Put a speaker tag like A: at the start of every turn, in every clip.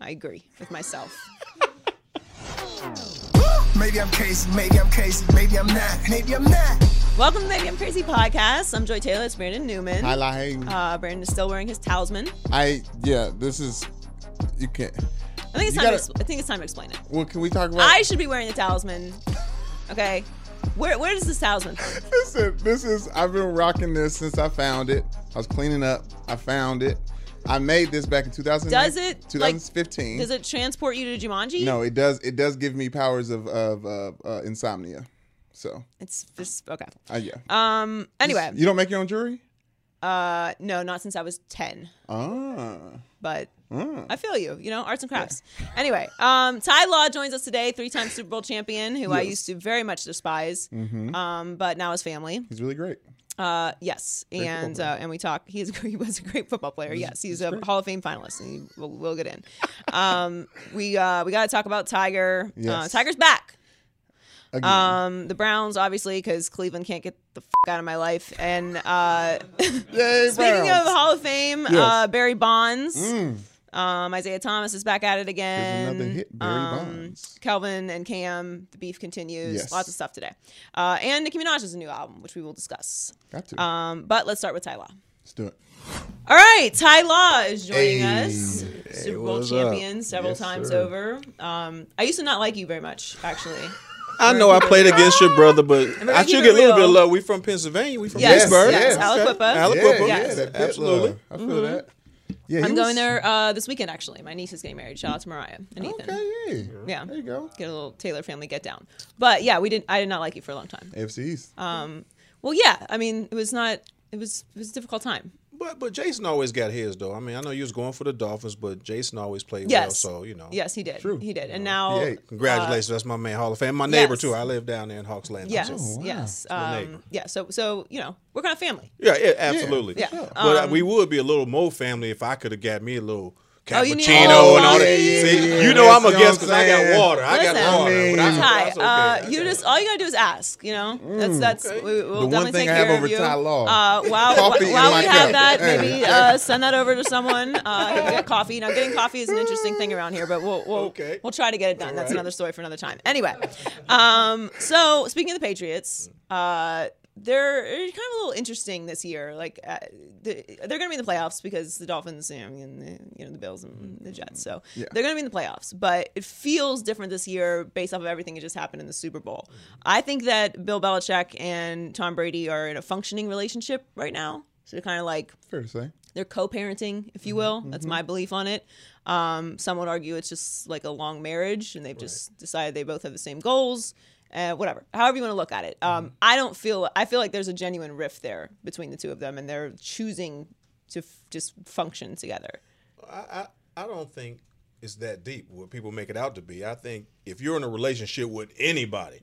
A: I agree with myself.
B: Maybe I'm crazy, maybe I'm crazy, maybe I'm not, maybe I'm not.
A: Welcome to Maybe I'm Crazy podcast. I'm Joy Taylor. It's Brandon Newman.
C: I lying.
A: Uh, Brandon is still wearing his talisman.
C: I yeah. This is you can't.
A: I think it's
C: You
A: time.
C: gotta-
A: to, expl- I think it's time to explain it.
C: Well, can we talk about?
A: I should be wearing the talisman. Okay. Where Where does this talisman? From?
C: Listen, this is I've been rocking this since I found it. I was cleaning up. I found it. I made this back in 2000.
A: Does it, like,
C: 2015.
A: Does it transport you to Jumanji?
C: No, it does. It does give me powers of of uh, uh, insomnia. So
A: It's just okay.
C: uh, yeah.
A: Um. Anyway.
C: you don't make your own jewelry.
A: Uh. No, not since I was ten.
C: Ah.
A: but I feel you. You know, arts and crafts. Anyway, um, Ty Law joins us today, three-time Super Bowl champion, who I used to very much despise, um, but now is family.
C: He's really great.
A: Uh, yes, and uh, and we talk. He's he was a great football player. Yes, he's a Hall of Fame finalist, and he, we'll, we'll get in. Um, we uh, we got to talk about Tiger. Uh,
C: Yes.
A: Tiger's back.
C: Again.
A: Um, the Browns, obviously, because Cleveland can't get the f- out of my life. And uh,
C: Yay,
A: Speaking
C: Browns.
A: of Hall of Fame,
C: Yes. Mm.
A: uh, Barry Bonds, um, Isaiah Thomas is back at it again. Um,
C: There's another hit, Barry Bonds.
A: Kelvin and Cam, the beef continues.
C: Yes.
A: Lots of stuff today, uh, and Nicki Minaj has a new album, which we will discuss.
C: got to
A: Um, but let's start with Ty Law.
C: let's do it.
A: All right, Ty Law is joining
C: Hey.
A: us, Super Bowl champion several times over. Um, I used to not like you very much, actually.
D: I know I played against your brother, but
A: gonna
D: I
A: keep
D: should
A: it
D: get a little bit
A: real.
D: of love. We from Pennsylvania. We from
A: Yes,
D: Pittsburgh.
A: yes,
C: yeah.
A: Aliquippa.
D: Aliquippa.
C: Yeah,
A: Yes.
C: yeah, that pit
D: Absolutely.
C: love. I feel that. Yeah, he
A: I'm
C: was-
A: going there uh, this weekend, actually. My niece is getting married. Shout out to Mariah and Ethan.
C: Okay, yeah.
A: Yeah.
C: There you go.
A: Get a little Taylor family get down. But yeah, we didn't. I did not like you for a long time.
C: AFCs.
A: Oh, Well, yeah. I mean, it was not. It was. It was a difficult time.
D: But but Jason always got his though. I mean, I know you was going for the Dolphins, but Jason always played well.
A: Yes.
D: So you know.
A: Yes, he did.
C: True.
A: He did. And now.
C: He ate.
D: Congratulations, that's my man Hall of Fame. My neighbor
A: yes.
D: too. I live down there in Hawks Landing.
A: Yes.
D: so-
A: Yes.
D: Oh, my
A: Um,
D: neighbor. Oh,
A: yeah. So so you know we're kind of family.
D: Yeah, yeah, absolutely.
A: Yeah, Um, for sure.
D: But uh, we would be a little more family if I could have got me a little
A: Oh, you
D: cappuccino
A: need
D: and
A: a little
D: all that.
A: coffee.
D: See,
C: Yeah,
D: you know
C: yeah,
D: I'm
C: see
D: a
C: what I'm
D: guest because I got
C: saying?
D: water. I
A: Listen,
D: got water. but I-
A: Ty,
D: that's okay. Mm.
A: uh,
D: I
A: you
D: got
A: just all you gotta do is ask. You know, that's that's we, we'll
C: The one
A: definitely
C: thing
A: take
C: I have
A: care
C: over
A: of you.
C: Ty Law.
A: Uh, while while
C: Coffee in my
A: we have
C: cup.
A: that,
C: Hey.
A: maybe uh, send that over to someone. Uh, if you get coffee. Now, getting coffee is an interesting thing around here, but we'll we'll,
D: Okay.
A: we'll try to get it done. That's another story for another time. Anyway, um, so speaking of the Patriots, uh. They're kind of a little interesting this year. Like uh, the- they're going to be in the playoffs because the Dolphins, you know, and the, you know the Bills and the Jets. So they're going to be in the playoffs, but it feels different this year based off of everything that just happened in the Super Bowl. I think that Bill Belichick and Tom Brady are in a functioning relationship right now. So they're kind of like
C: Fair to say.
A: they're co-parenting, if
D: Mm-hmm,
A: you will. That's my belief on it. Um, some would argue it's just like a long marriage, and they've just decided they both have the same goals. Uh, whatever, however you want to look at it. Um,
D: Mm-hmm.
A: I don't feel. I feel like there's a genuine rift there between the two of them, and they're choosing to f- just function together.
D: I, I I don't think it's that deep what people make it out to be. I think if you're in a relationship with anybody,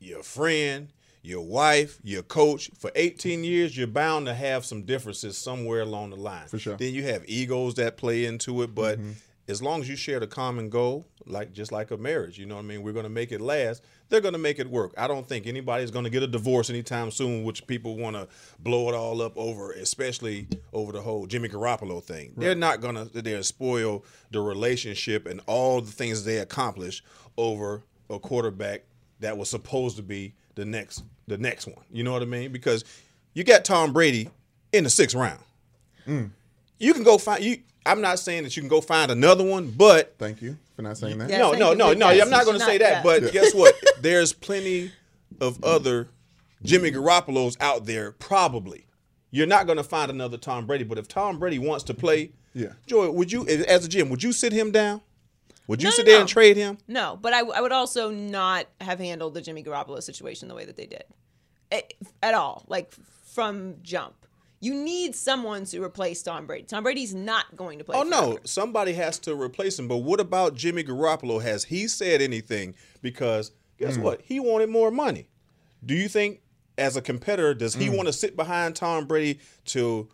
D: your friend, your wife, your coach, for 18 years, you're bound to have some differences somewhere along the line. For
C: sure.
D: Then you have egos that play into it, but as long as you share the common goal, like just like a marriage, you know what I mean? We're going to make it last. They're going to make it work. I don't think anybody's going to get a divorce anytime soon, which people want to blow it all up over, especially over the whole Jimmy Garoppolo thing. They're not going to they'll spoil the relationship and all the things they accomplish over a quarterback that was supposed to be the next the next one. You know what I mean? Because you got Tom Brady in the 6th round you can go find you. I'm not saying that you can go find another one, but
C: Thank you for not saying that.
A: Yeah.
D: no,
A: thank
D: no,
A: you,
D: no,
A: but
D: no.
A: yes,
D: I'm not going to
A: it's
D: say that.
A: not that.
D: But guess what? There's plenty of other Jimmy Garoppolo's out there. Probably, you're not going to find another Tom Brady. But if Tom Brady wants to play,
C: Yeah.
D: Joy, would you as a GM, would you sit him down? Would you
A: No,
D: sit
A: no,
D: there
A: no.
D: and trade him?
A: No, but I, I would also not have handled the Jimmy Garoppolo situation the way that they did. a- at all, like from jump. You need someone to replace Tom Brady. Tom Brady's not going to play.
D: Oh no,
A: forever.
D: somebody has to replace him. But what about Jimmy Garoppolo? Has he said anything? Because guess what? He wanted more money. Do you think, as a competitor, does he want to sit behind Tom Brady till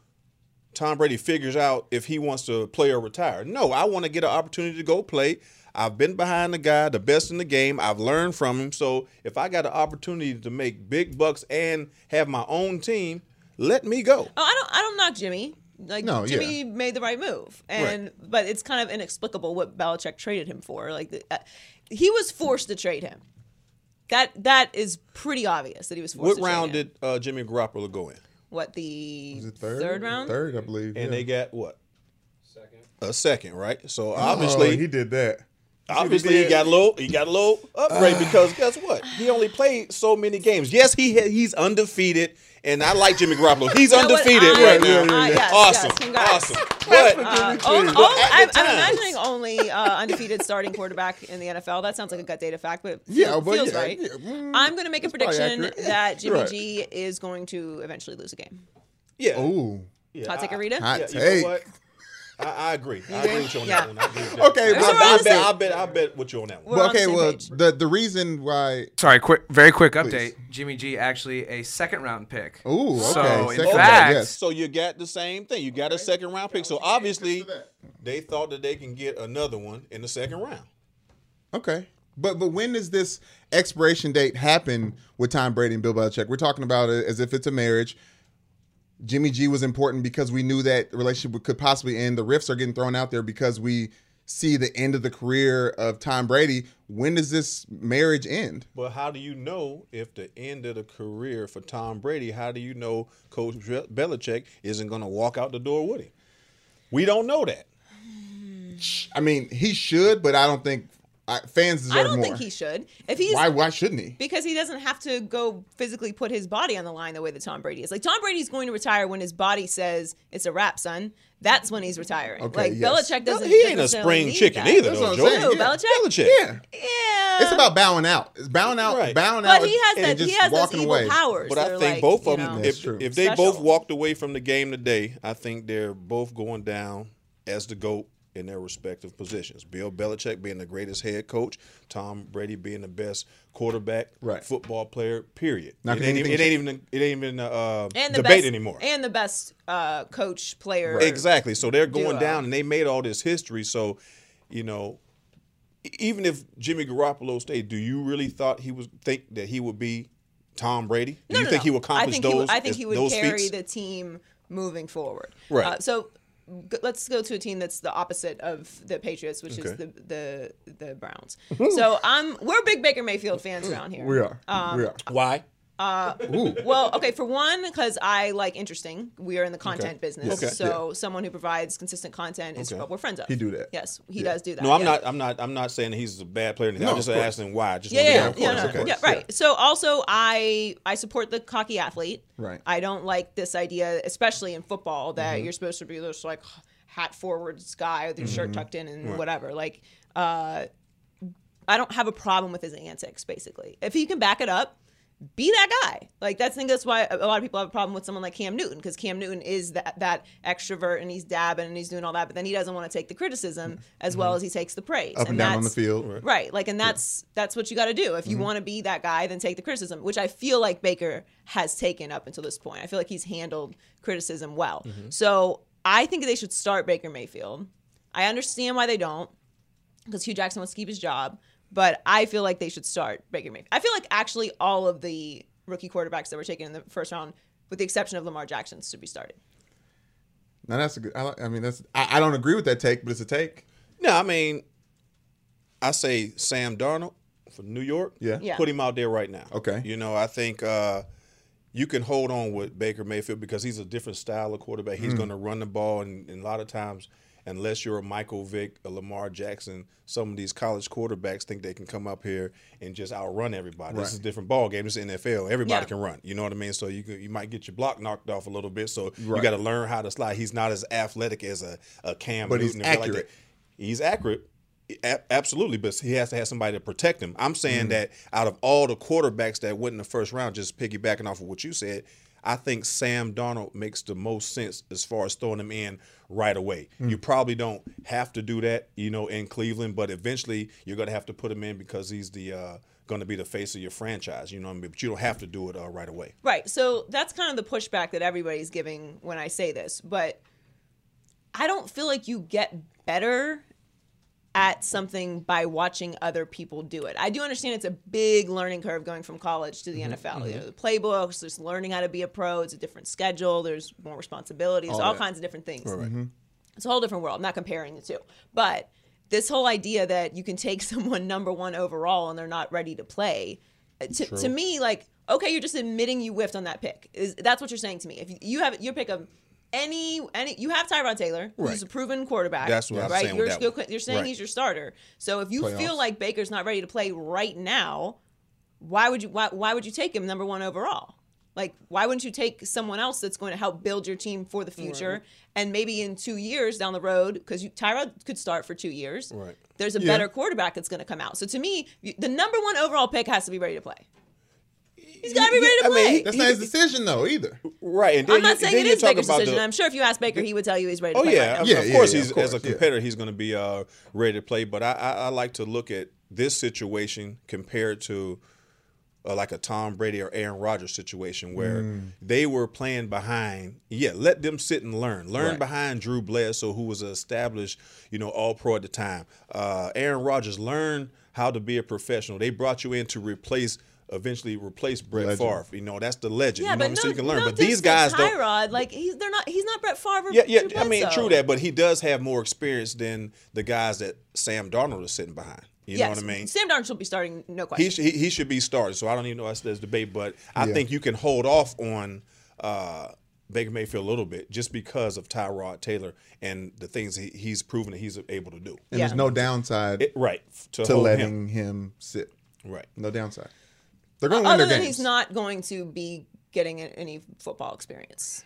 D: Tom Brady figures out if he wants to play or retire? No, I want to get an opportunity to go play. I've been behind the guy, the best in the game. I've learned from him. So if I got an opportunity to make big bucks and have my own team, let me go.
A: Oh, I don't. I don't knock Jimmy. Like
C: No, yeah.
A: Jimmy made the right move, and but it's kind of inexplicable what Belichick traded him for. Like the, uh, he was forced to trade him. That that is pretty obvious that he was forced.
D: What
A: to trade
D: round
A: him.
D: did uh, Jimmy Garoppolo go in?
A: what the,
C: Is it
A: third? round?
C: Third, I
D: and
C: believe. yeah.
D: they got what? Second. A second, right? So
C: Oh,
D: obviously,
C: he did that. Ah.
D: obviously he got a little, he got a little upgrade because guess what? He only played so many games. Yes, he ha- he's undefeated, and I like Jimmy Garoppolo. He's
A: know what?
D: undefeated
A: I-
D: right now.
A: I- yes,
D: awesome,
A: yes, congrats.
D: awesome. But
A: Uh, only-
D: But
A: only-
D: at the
A: I'm, I'm
D: time-
A: imagining only uh, undefeated starting quarterback in the NFL. That sounds like a gut data fact, but
C: Yeah,
A: feel-
C: but
A: feels
C: yeah,
A: right.
C: yeah, mm,
A: I'm going to make a
C: probably
A: prediction
C: accurate.
A: that Jimmy
C: Right.
A: G is going to eventually lose a game.
D: yeah,
C: Ooh,
D: yeah,
A: Hot take,
D: I-
A: Arita?
C: hot
D: yeah, you know
C: take.
D: what? I, I agree. I agree with you on
A: Yeah.
D: that one. I agree with that.
C: Okay,
D: I,
C: but
A: we're on
D: I,
A: the
D: bet,
A: same-
D: I bet. I bet. What you on that one?
A: We're on the
C: okay,
A: same
C: well,
A: page.
C: the the reason why.
E: Sorry, quick, very quick update.
C: Please. Oh.
E: Jimmy G actually a second round pick.
C: Ooh, okay.
E: So, in
C: second round,
E: fact-
C: yes.
D: So you got the same thing. You got a second round pick. So obviously, they thought that they can get another one in the second round.
C: Okay. But but when does this expiration date happen with Tom Brady and Bill Belichick? We're talking about it as if it's a marriage. Jimmy G was important because we knew that relationship could possibly end. The rifts are getting thrown out there because we see the end of the career of Tom Brady. When does this marriage end?
D: But how do you know if the end of the career for Tom Brady? How do you know Coach Be- Belichick isn't going to walk out the door with him? We don't know that.
C: I mean, he should, but I don't think I, fans deserve
A: I don't
C: more.
A: think he should. If he's
C: why why shouldn't he?
A: because he doesn't have to go physically put his body on the line the way that Tom Brady is. Like Tom Brady's going to retire when his body says it's a wrap, son. That's when he's retiring.
C: Okay,
A: like
C: yes.
A: Belichick doesn't.
D: he ain't a
A: necessarily
D: spring
A: need
D: chicken
A: that.
D: either,
C: That's
D: though,
C: what I'm
D: Joe.
C: saying.
A: Who,
C: Yeah.
A: Belichick?
D: Belichick.
C: Yeah.
A: Yeah.
C: It's about bowing out. It's bowing out,
D: Right.
C: bowing out,
A: But he has
C: and
A: that.
C: just
A: He has those
C: walking
A: evil
C: away.
A: powers.
D: But I
A: They're
D: think
A: like,
D: both
A: you
D: of them,
A: know,
C: That's
D: if,
C: true.
D: if they both
A: Special.
D: walked away from the game today, I think they're both going down as the GOAT in their respective positions. Bill Belichick being the greatest head coach, Tom Brady being the best quarterback,
C: Right.
D: football player, period.
C: Now,
D: it,
C: can
D: ain't even,
C: anything
D: it ain't even it ain't even uh,
A: and the
D: debate
A: best,
D: anymore.
A: And the best uh, coach player.
D: Exactly. So they're going
A: Duo.
D: down, and they made all this history. So, you know, e- even if Jimmy Garoppolo stayed, do you really thought he was think that he would be Tom Brady? Do
A: No,
D: you
A: no,
D: think
A: no.
D: he would accomplish
A: I think
D: those?
A: He would, I think he would
D: those
A: carry
D: feats?
A: the team moving forward.
D: Right.
A: Uh, so g- let's go to a team that's the opposite of the Patriots, which is
D: Okay.
A: the the the Browns. so I'm we're big Baker Mayfield fans around here. Um,
C: We are. we are.
D: Why?
A: Well, okay, for one, because I like interesting. We are in the content business,
D: Okay.
A: so someone who provides consistent content is
D: Okay.
A: what we're friends of.
C: He do that.
A: Yes, he does do that.
D: No, I'm
A: yeah.
D: not. I'm not. I'm not saying that he's a bad player. or anything.
C: No,
D: I'm just
C: of course.
D: asking why. I just
A: Yeah,
D: wanna
A: yeah,
D: know.
A: yeah, no,
C: of
A: no,
C: course,
A: yeah,
C: of
A: right. So also, I I support the cocky athlete.
C: Right.
A: I don't like this idea, especially in football, that you're supposed to be this like hat forward guy with your shirt tucked in and whatever. Like, uh, I don't have a problem with his antics. Basically, if he can back it up, be that guy. Like that's I think that's why a a lot of people have a problem with someone like Cam Newton because Cam Newton is that that extrovert and he's dabbing and he's doing all that, but then he doesn't want to take the criticism as well as he takes the praise.
C: Mm-hmm. Up and, down on the
A: that's-
C: field. Mm-hmm.
A: Right. Like, and that's that's what you got to do. If you want to be that guy, then take the criticism, which I feel like Baker has taken up until this point. I feel like he's handled criticism well.
C: Mm-hmm.
A: So I think they should start Baker Mayfield. I understand why they don't, because Hugh Jackson wants to keep his job. But I feel like they should start Baker Mayfield. I feel like actually all of the rookie quarterbacks that were taken in the first round, with the exception of Lamar Jackson, should be started.
C: Now that's a good. I, like- I mean, that's. I, I don't agree with that take, but it's a take.
D: No, I mean, I say Sam Darnold for New York.
C: Yeah. Yeah.
D: Put him out there right now.
C: Okay.
D: You know, I think uh, you can hold on with Baker Mayfield because he's a different style of quarterback.
C: Hmm.
D: He's going to run the ball, and, and a lot of times, unless you're a Michael Vick, a Lamar Jackson, some of these college quarterbacks think they can come up here and just outrun everybody. This is a different ball game. This is NFL. Everybody
A: Yeah.
D: can run. You know what I mean? So you can, you might get your block knocked off a little bit. So you got to learn how to slide. He's not as athletic as a, a Cam
C: But he's
D: Newton and stuff like that.
C: accurate.
D: He's accurate, A- absolutely, but he has to have somebody to protect him. I'm saying that out of all the quarterbacks that went in the first round, just piggybacking off of what you said, I think Sam Donald makes the most sense as far as throwing him in right away. You probably don't have to do that, you know, in Cleveland, but eventually you're going to have to put him in because he's the uh, going to be the face of your franchise. You know what I mean? But you don't have to do it uh, right away.
A: Right. So that's kind of the pushback that everybody's giving when I say this, but I don't feel like you get better at something by watching other people do it. I do understand it's a big learning curve going from college to the NFL. You know, the playbooks, there's learning how to be a pro, it's a different schedule, there's more responsibilities, all, kinds of different things. It's a whole different world. I'm not comparing the two. But this whole idea that you can take someone number one overall and they're not ready to play, uh, to, to me, like, okay, you're just admitting you whiffed on that pick. Is that's what you're saying to me. If you- you have your pick of any any you have Tyrod Taylor, who's
D: Right.
A: a proven quarterback.
D: That's what I
A: right?
D: was saying
A: You're
D: with
A: just
D: that
A: go-
D: one.
A: you're saying
D: Right.
A: he's your starter. So if you feel like Baker's not ready to play right now, why would you why, why would you take him number one overall? Like why wouldn't you take someone else that's going to help build your team for the future and maybe in two years down the road because Tyrod could start for two years.
D: Right.
A: There's a better quarterback that's going to come out. So to me, you- the number one overall pick has to be ready to play. He's got to be ready to
D: I mean,
A: play.
D: he-
C: That's not his decision though either.
D: Right. And then
A: I'm not
D: you,
A: saying
D: then
A: it
D: you
A: is
D: talk
A: Baker's
D: about
A: decision.
D: the-
A: I'm sure if you ask Baker, he would tell you he's ready to
D: Oh
A: play.
D: yeah,
A: right now.
D: of,
C: Yeah,
D: of
C: yeah,
D: course
C: yeah,
D: he's
C: of course,
D: as a
C: yeah.
D: competitor he's going to be uh, ready to play. But I, I, I like to look at this situation compared to uh, like a Tom Brady or Aaron Rodgers situation where
C: Mm.
D: they were playing behind. Yeah, let them sit and learn. Learn behind Drew Bledsoe, who was an established, you know, All Pro at the time. Uh, Aaron Rodgers learn how to be a professional. They brought you in to replace. Eventually replace Brett Favre. You know that's the legend.
A: Yeah,
D: you know
A: but
D: what I'm
A: no,
D: saying? You can learn,
A: no
D: but these guys
A: disrespect
D: don't.
A: Tyrod, like he's they're not. He's not Brett Favre.
D: Yeah, yeah.
A: Drew
D: I mean,
A: Bledsoe.
D: true that, but he does have more experience than the guys that Sam Darnold is sitting behind. You know what I mean?
A: Sam Darnold should be starting, no question.
D: He, sh- he he should be started. So I don't even know us this debate, but I think you can hold off on uh, Baker Mayfield a little bit just because of Tyrod Taylor and the things he, he's proven that he's able to do.
C: And
A: Yeah.
C: there's no downside
D: It- right to,
C: to
D: hold
C: letting him sit.
D: him. right.
C: No downside. They're going to win
A: Uh, Other
C: their
A: than
C: games.
A: he's not going to be getting a- any football experience,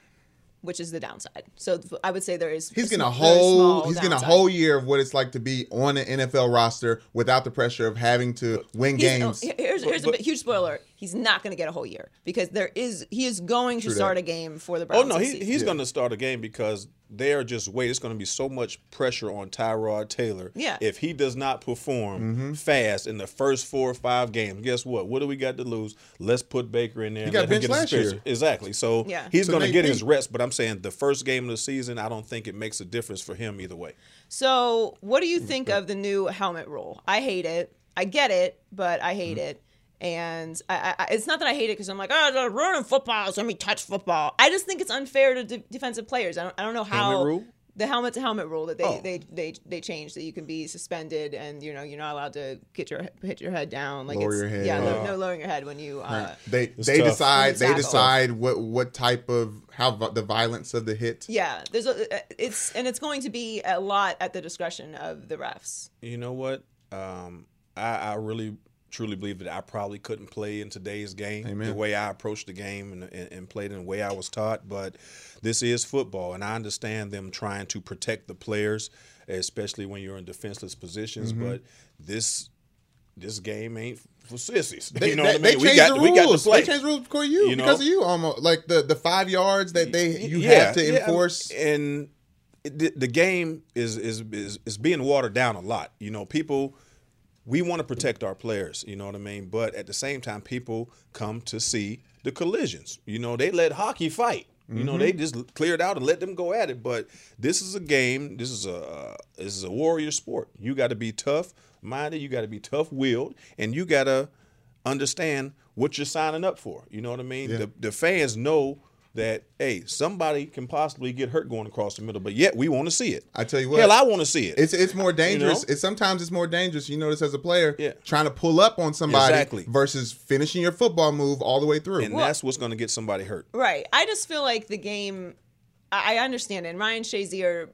A: which is the downside. So th- I would say there is.
C: He's getting a
A: sm- very
C: whole
A: small
C: he's getting a
A: downside.
C: whole year of what it's like to be on an NFL roster without the pressure of having to win
A: He's-
C: games.
A: oh, here's here's a bit- huge spoiler. He's not going to get a whole year because there is he is going to start a game for the
D: Oh
A: Browns.
D: no,
A: this
D: he,
A: season.
D: he's going to start a game because they are just wait. It's going to be so much pressure on Tyrod Taylor.
A: Yeah.
D: If he does not perform
C: Mm-hmm.
D: fast in the first four or five games, guess what? What do we got to lose? Let's put Baker in there. He and
C: got
D: let him
C: benched
D: get his
C: last year.
D: experience. Exactly. So
A: Yeah.
D: he's
C: So
D: going
C: they-
D: to get
C: they-
D: his reps. But I'm saying the first game of the season, I don't think it makes a difference for him either way.
A: So, what do you think of the new helmet rule? I hate it. I get it, but I
C: Mm-hmm.
A: hate it. And I, I, I- it's not that I hate it because I'm like, oh, they're ruining football. So let me touch football. I just think it's unfair to de- defensive players. I don't, I don't know how
D: Helmet rule?
A: the helmet to helmet rule that they,
C: Oh.
A: they they they changed that you can be suspended and you know you're not allowed to get your hit your head down like
C: Lower
A: it's,
C: your head.
A: yeah no,
C: Yeah.
A: no lowering your head when you uh,
C: They
D: It's
C: they
D: tough.
C: decide they
A: Exactly.
C: decide what what type of how vi- the violence of the hit.
A: yeah there's a it's and it's going to be a lot at the discretion of the refs
D: You know what? Um, I, I really truly believe that I probably couldn't play in today's game the way I approached the game and, and, and played in the way I was taught. But this is football, and I understand them trying to protect the players, especially when you're in defenseless positions.
C: Mm-hmm.
D: But this this game ain't for sissies. you know what
C: they,
D: I mean?
C: they changed the rules.
D: we got to play.
C: They changed the rules for you,
D: You know?
C: because of you almost like the the five yards that they you have to
D: yeah,
C: enforce.
D: and it- the, the game is, is is is being watered down a lot. You know, people we want to protect our players. You know what I mean? But at the same time, people come to see the collisions. You know, they let hockey fight. You know, they
C: Mm-hmm.
D: just cleared out and let them go at it. But this is a game. This is a uh, this is a warrior sport. You got to be tough minded. You got to be tough willed, and you got to understand what you're signing up for. You know what I mean? The, the fans know that hey, somebody can possibly get hurt going across the middle, but yet we want to see it.
C: I tell you what.
D: hell, I want to see it.
C: It's it's more dangerous.
D: know?
C: It's sometimes it's more dangerous. You notice as a player
D: Yeah.
C: trying to pull up on somebody
D: Exactly.
C: versus finishing your football move all the way through.
D: and that's what's going to get somebody hurt.
A: Right. I just feel like the game. I I understand, and Ryan Shazier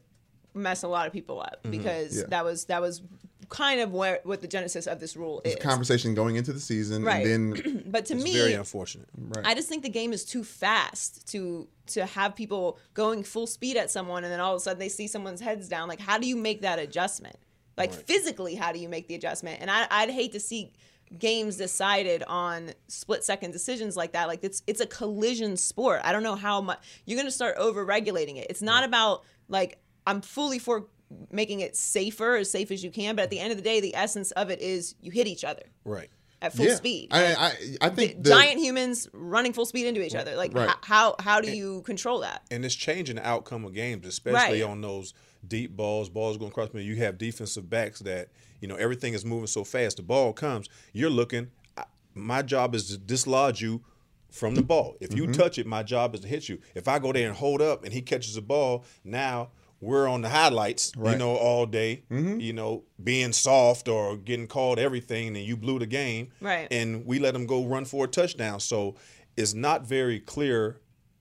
A: messed a lot of people up because
C: Yeah.
A: that was that was kind of where what the genesis of this rule is.
C: Conversation going into the season,
A: Right.
C: and then
A: but to me,
D: Very unfortunate.
A: I just think the game is too fast to to have people going full speed at someone, and then all of a sudden they see someone's heads down. Like, how do you make that adjustment? Like physically, how do you make the adjustment? And I, I'd hate to see games decided on split second decisions like that. Like it's it's a collision sport. I don't know how much you're going to start over regulating it. It's not about like I'm fully for making it safer as safe as you can, but at the end of the day, the essence of it is you hit each other
D: Right.
A: at full
C: yeah.
A: speed.
C: I I, I think the,
A: Giant humans running full speed into each other. Like
C: Right.
A: h- how how do you control that?
D: and it's changing the outcome of games, especially
A: Right.
D: on those deep balls, balls going across. me. You have defensive backs that you know everything is moving so fast. The ball comes, you're looking. I, my job is to dislodge you from the ball. If you touch it, my job is to hit you. If I go there and hold up, and he catches the ball, now we're on the highlights, you know, all day. You know, being soft or getting called everything, and you blew the game.
A: Right.
D: And we let them go run for a touchdown. So it's not very clear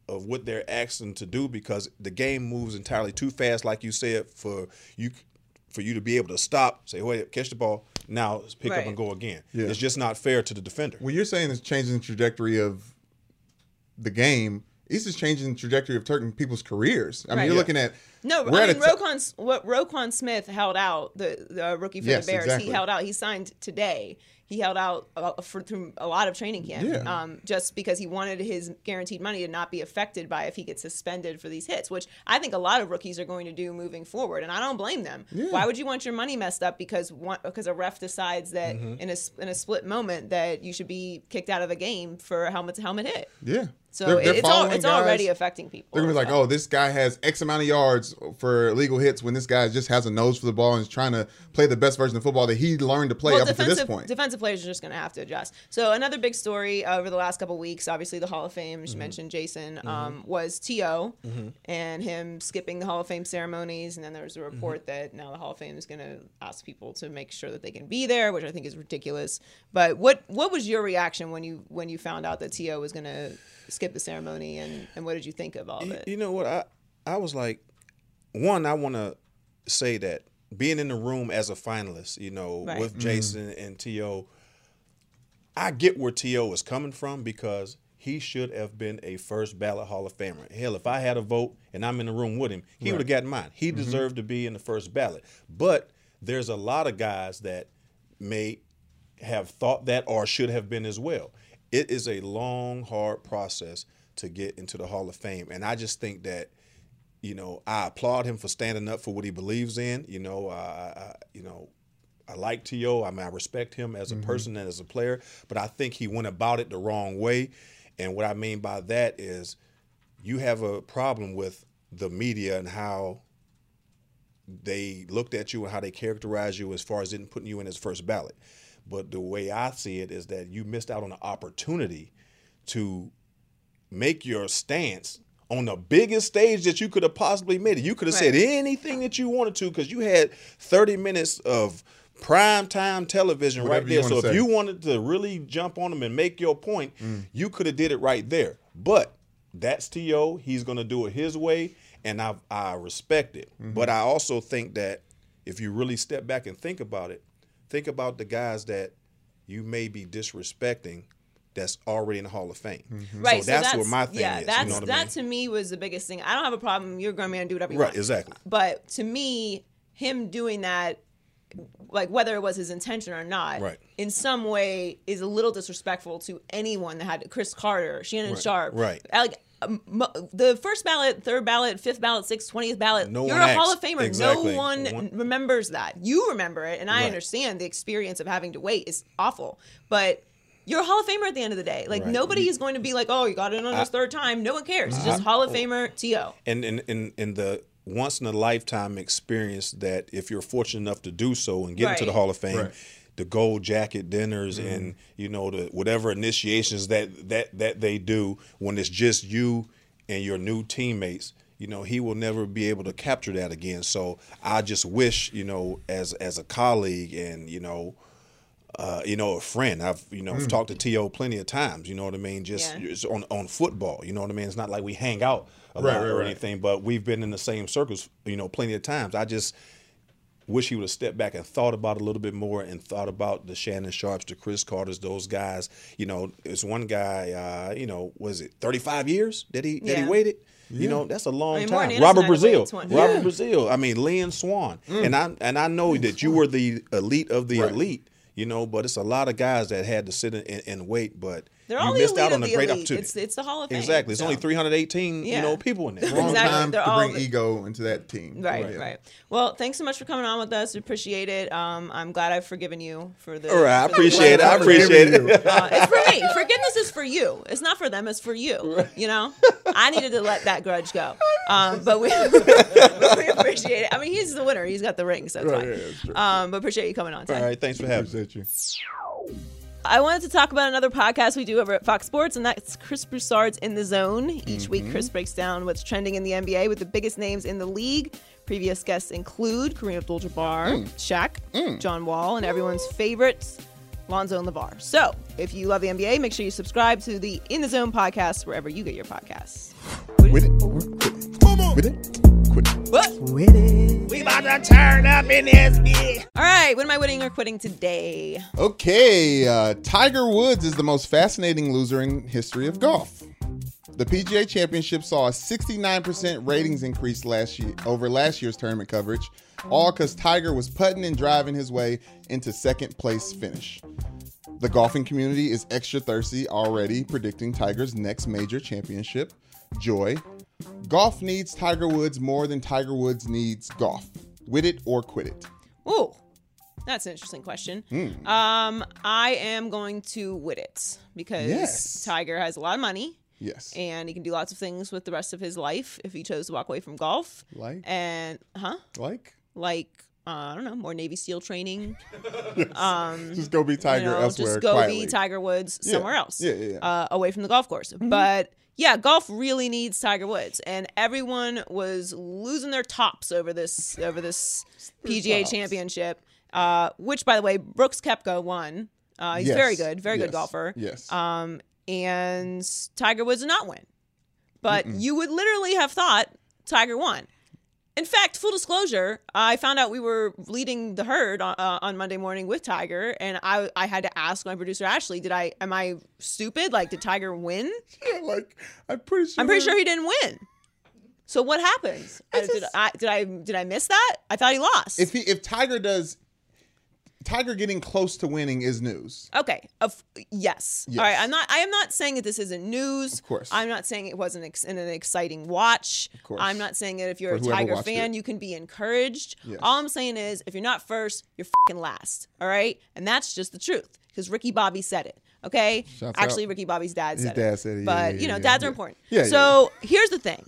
D: of what they're asking to do because the game moves entirely too fast, like you said, for you for you to be able to stop, say, wait, catch the ball, now let's pick up
A: Right.
D: and go again. It's just not fair to the defender.
C: When you're saying it's changing the trajectory of the game, it's just changing the trajectory of certain people's careers. I mean,
A: Right.
C: you're
A: Yeah.
C: looking at
A: No,
C: we're
A: I
C: at
A: mean
C: a t-
A: Roquan. What Roquan Smith held out the, the uh, rookie for
C: Yes,
A: the Bears.
C: exactly.
A: He held out. He signed today. He held out uh, for through a lot of training camp,
C: Yeah.
A: um, just because he wanted his guaranteed money to not be affected by if he gets suspended for these hits, which I think a lot of rookies are going to do moving forward, and I don't blame them. Why would you want your money messed up because one, because a ref decides that
C: Mm-hmm.
A: in a s- in a split moment that you should be kicked out of a game for a helmet to helmet hit?
C: yeah.
A: So
C: They're-
A: it-
C: they're
A: it's all,
C: following
A: it's already
C: guys.
A: affecting people.
C: They're gonna be like,
A: So-
C: oh, this guy has X amount of yards for illegal hits when this guy just has a nose for the ball and is trying to play the best version of football that he learned to play up until this point.
A: Defensive players are just going to have to adjust. So another big story over the last couple weeks, obviously the Hall of Fame,
C: Mm-hmm.
A: as you mentioned Jason, um, was To and him skipping the Hall of Fame ceremonies, and then there was
C: Mm-hmm.
A: a report that now the Hall of Fame is going to ask people to make sure that they can be there, which I think is ridiculous. But what what was your reaction when you when you found out that To was going to skip the ceremony, and and what did you think of all of
D: Y-
A: it?
D: You know what? I I was like, one, I want to say that being in the room as a finalist, you know,
A: Right.
D: with Jason and To, I get where To is coming from because he should have been a first ballot Hall of Famer. Hell, if I had a vote and I'm in the room with him, he would have gotten mine. He deserved to be in the first ballot. But there's a lot of guys that may have thought that or should have been as well. It is a long, hard process to get into the Hall of Fame. And I just think that, you know, I applaud him for standing up for what he believes in. You know, I, I I- you know, I like T.O. I mean, I respect him as a person and as a player, but I think he went about it the wrong way. And what I mean by that is you have a problem with the media and how they looked at you and how they characterized you as far as didn't putting you in as first ballot. But the way I see it is that you missed out on an opportunity to make your stance on the biggest stage that you could have possibly made it. You could have said
A: Right.
D: anything that you wanted to because you had 30 minutes of prime time television
C: Whatever
D: right
C: you
D: there.
C: wanna
D: So if
C: say. Mm.
D: you wanted to really jump on them and make your point, you could have did it right there. But that's T.O. He's going to do it his way, and I, I respect it.
C: Mm-hmm.
D: But I also think that if you really step back and think about it, think about the guys that you may be disrespecting that's already in the Hall of Fame.
A: Mm-hmm. Right,
D: So, that's, where my thing
A: yeah,
D: is.
A: That's,
D: you know what I
A: that
D: mean?
A: to me was the biggest thing. I don't have a problem. You're a grown man, do whatever you
D: Right,
A: want.
D: exactly.
A: But to me, him doing that, like whether it was his intention or not,
D: Right.
A: in some way is a little disrespectful to anyone that had Chris Carter, Shannon Sharp,
D: right.
A: Like um, mo- the first ballot, third ballot, fifth ballot, sixth, twentieth ballot.
D: No
A: you're
D: one
A: a Hall of
D: asked.
A: Famer.
D: Exactly.
A: No one,
D: One-
A: remembers that. You remember it, and I
D: Right.
A: understand the experience of having to wait is awful, but. You're a Hall of Famer at the end of the day. Like
D: Right.
A: nobody is going to be like, "Oh, you got it on his third time." No one cares. It's just
D: oh.
A: Hall of Famer To.
D: and in in in the once in a lifetime experience that if you're fortunate enough to do so and get into the
A: Right.
D: Hall of Fame,
C: Right.
D: the gold jacket dinners and you know the whatever initiations that that that they do when it's just you and your new teammates, you know he will never be able to capture that again. So I just wish you know as as a colleague and you know uh, you know, a friend. I've you know
C: Mm.
D: I've talked to To plenty of times. You know what I mean? Just
A: Yeah.
D: it's on on football. You know what I mean? It's not like we hang out a
C: Right,
D: lot
C: right,
D: or
C: right.
D: anything, but we've been in the same circles. You know, plenty of times. I just Wish he would have stepped back and thought about it a little bit more and thought about the Shannon Sharps, the Chris Carters, those guys. You know, it's one guy. Uh, you know, was it 35 years that he that
A: Yeah.
D: he waited? You know, that's a long
A: I mean, Warren
D: time.
A: Anderson
D: Robert
A: had to wait
D: Brazil,
A: 20.
D: Robert Brazil. I mean, Lynn Swan.
C: Mm.
D: And I and I know that you were the elite of the elite. You know, but it's a lot of guys that had to sit and, and, and wait, but
A: They're
D: you
A: all the
D: missed
A: elite
D: out
A: of
D: on a
A: the
D: great
A: elite.
D: opportunity.
A: It's- it's the Hall of Fame,
D: Exactly. It's only
A: so.
D: 318,
A: Yeah.
D: you know, people in there.
C: Wrong
A: Exactly.
C: time
A: They're
C: to
A: all
C: bring
A: the-
C: ego into that team.
A: Right,
C: Yeah.
A: right. Well, thanks so much for coming on with us. We appreciate it. Um, I'm glad I've forgiven you for the.
D: All right, I
A: for the-
D: appreciate it. I appreciate it.
A: Uh, it's for me. Forgiveness is for you. It's not for them. It's for you. You know, I needed to let that grudge go. Um, but we, but we appreciate it. I mean, he's the winner. He's got the ring, so it's fine. um, but appreciate you coming on. Ty.
D: All right, thanks for having me.
C: Appreciate you.
A: I wanted to talk about another podcast we do over at Fox Sports, and that's Chris Broussard's In the Zone. Each week, Chris breaks down what's trending in the NBA with the biggest names in the league. Previous guests include Kareem Abdul-Jabbar, Shaq, John Wall, and everyone's favorites, Lonzo and LeVar. So, if you love the NBA, make sure you subscribe to the In the Zone podcast wherever you get your podcasts.
F: With it or quit it. With it, quit it.
A: All right, when am I winning or quitting today?
C: Okay, uh, Tiger Woods is the most fascinating loser in history of golf. The PGA Championship saw a 69% ratings increase last year over last year's tournament coverage, all because Tiger was putting and driving his way into second place finish. The golfing community is extra thirsty already, predicting Tiger's next major championship. Joy, golf needs Tiger Woods more than Tiger Woods needs golf. With it or quit it.
A: Ooh, that's an interesting question.
C: Hmm.
A: Um, I am going to win it because
C: Yes.
A: Tiger has a lot of money
C: Yes.
A: and he can do lots of things with the rest of his life if he chose to walk away from golf.
C: Like?
A: and huh?
C: Like?
A: Like uh, I don't know, more Navy SEAL training.
C: Just go be
A: you
C: Tiger
A: know,
C: elsewhere.
A: just go
C: quietly.
A: be Tiger Woods somewhere else.
C: Yeah, yeah, Mm-hmm. yeah.
A: Uh, away from the golf course. But yeah, golf really needs Tiger Woods, and everyone was losing their tops over this over this PGA Championship, uh, which by the way, Brooks Kepka won. Uh, he's
C: Yes,
A: very good, very
C: yes,
A: good golfer.
C: Yes.
A: Um, and Tiger Woods did not win, but you would literally have thought Tiger won. In fact, full disclosure, I found out we were leading the herd on, uh, on Monday morning with Tiger, and I I had to ask my producer Ashley, did I am I stupid? Like, did Tiger win?
C: Yeah, like I'm pretty sure.
A: I'm pretty sure he didn't win. So what happens? I- did, I, did I did I miss that? I thought he lost.
C: if he if Tiger does, Tiger getting close to winning is news.
A: Okay. Of yes.
C: Yes.
A: All right. I'm not. I am not saying that this isn't news. Of
C: course.
A: I'm not saying it wasn't ex- an exciting watch. Of
C: course.
A: I'm not saying that if you're
C: For
A: a
C: whoever
A: Tiger
C: watched
A: fan,
C: it.
A: you can be encouraged.
C: Yes.
A: All I'm saying is, if you're not first, you're fucking last. All right. And that's just the truth because Ricky Bobby said it. Okay.
C: Shouts
A: Actually,
C: out.
A: Ricky Bobby's dad
C: His
A: said it.
C: dad said it, yeah,
A: But
C: yeah,
A: you know,
C: yeah,
A: dads
C: yeah.
A: are important.
C: Yeah, yeah,
A: So here's the thing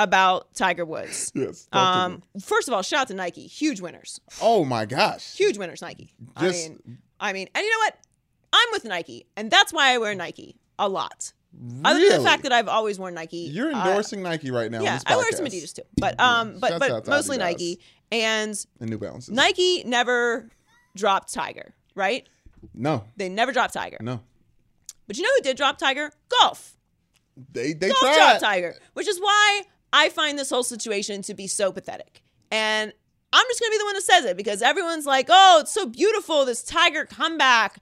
A: about Tiger Woods.
C: Yes. talk to
A: Um,
C: me.
A: first of all, shout out to Nike. Huge winners
C: oh my gosh.
A: huge winners Nike.
C: Just-
A: I mean, I mean, and you know what? I'm with Nike, and that's why I wear Nike a lot. Other than
C: Really?
A: the fact that I've always worn Nike,
C: You're
A: I- uh,
C: endorsing Nike right now. on
A: yeah,
C: this
A: I wear some
C: podcast.
A: Adidas too, but um, but
C: Shouts out
A: but
C: to
A: mostly
C: Adidas.
A: Nike. And
C: And New Balances.
A: Nike never dropped Tiger, right?
C: No,
A: They never dropped Tiger.
C: no.
A: But you know who did drop Tiger? Golf.
C: They they
A: Golf
C: tried.
A: dropped Tiger, which is why I find this whole situation to be so pathetic. And I'm just gonna be the one that says it because everyone's like, "Oh, it's so beautiful this Tiger comeback."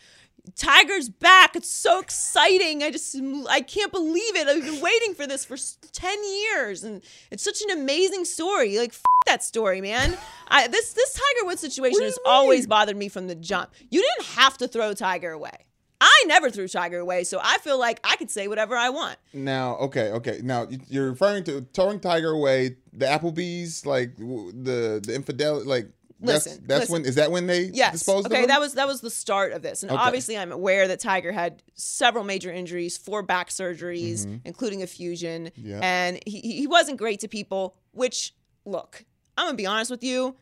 A: Tiger's back. It's so exciting. I just I can't believe it. I've been waiting for this for s- 10 years and it's such an amazing story. Like f- that story, man. I, this this Tiger Woods situation has always bothered me from the jump. You didn't have to throw Tiger away. I never threw Tiger away, so I feel like I could say whatever I want.
C: Now, okay, okay. Now you- you're referring to throwing Tiger away, the Applebee's, like w- the the infidelity, like. That's,
A: Listen,
C: that's
A: listen.
C: when is that when they
A: Yes.
C: disposed
A: okay,
C: of him?
A: that was that was the start of this, and obviously I'm aware that Tiger had several major injuries, four back surgeries, including a fusion,
C: Mm-hmm. Yeah.
A: and he he wasn't great to people. Which look, I'm gonna be honest with you,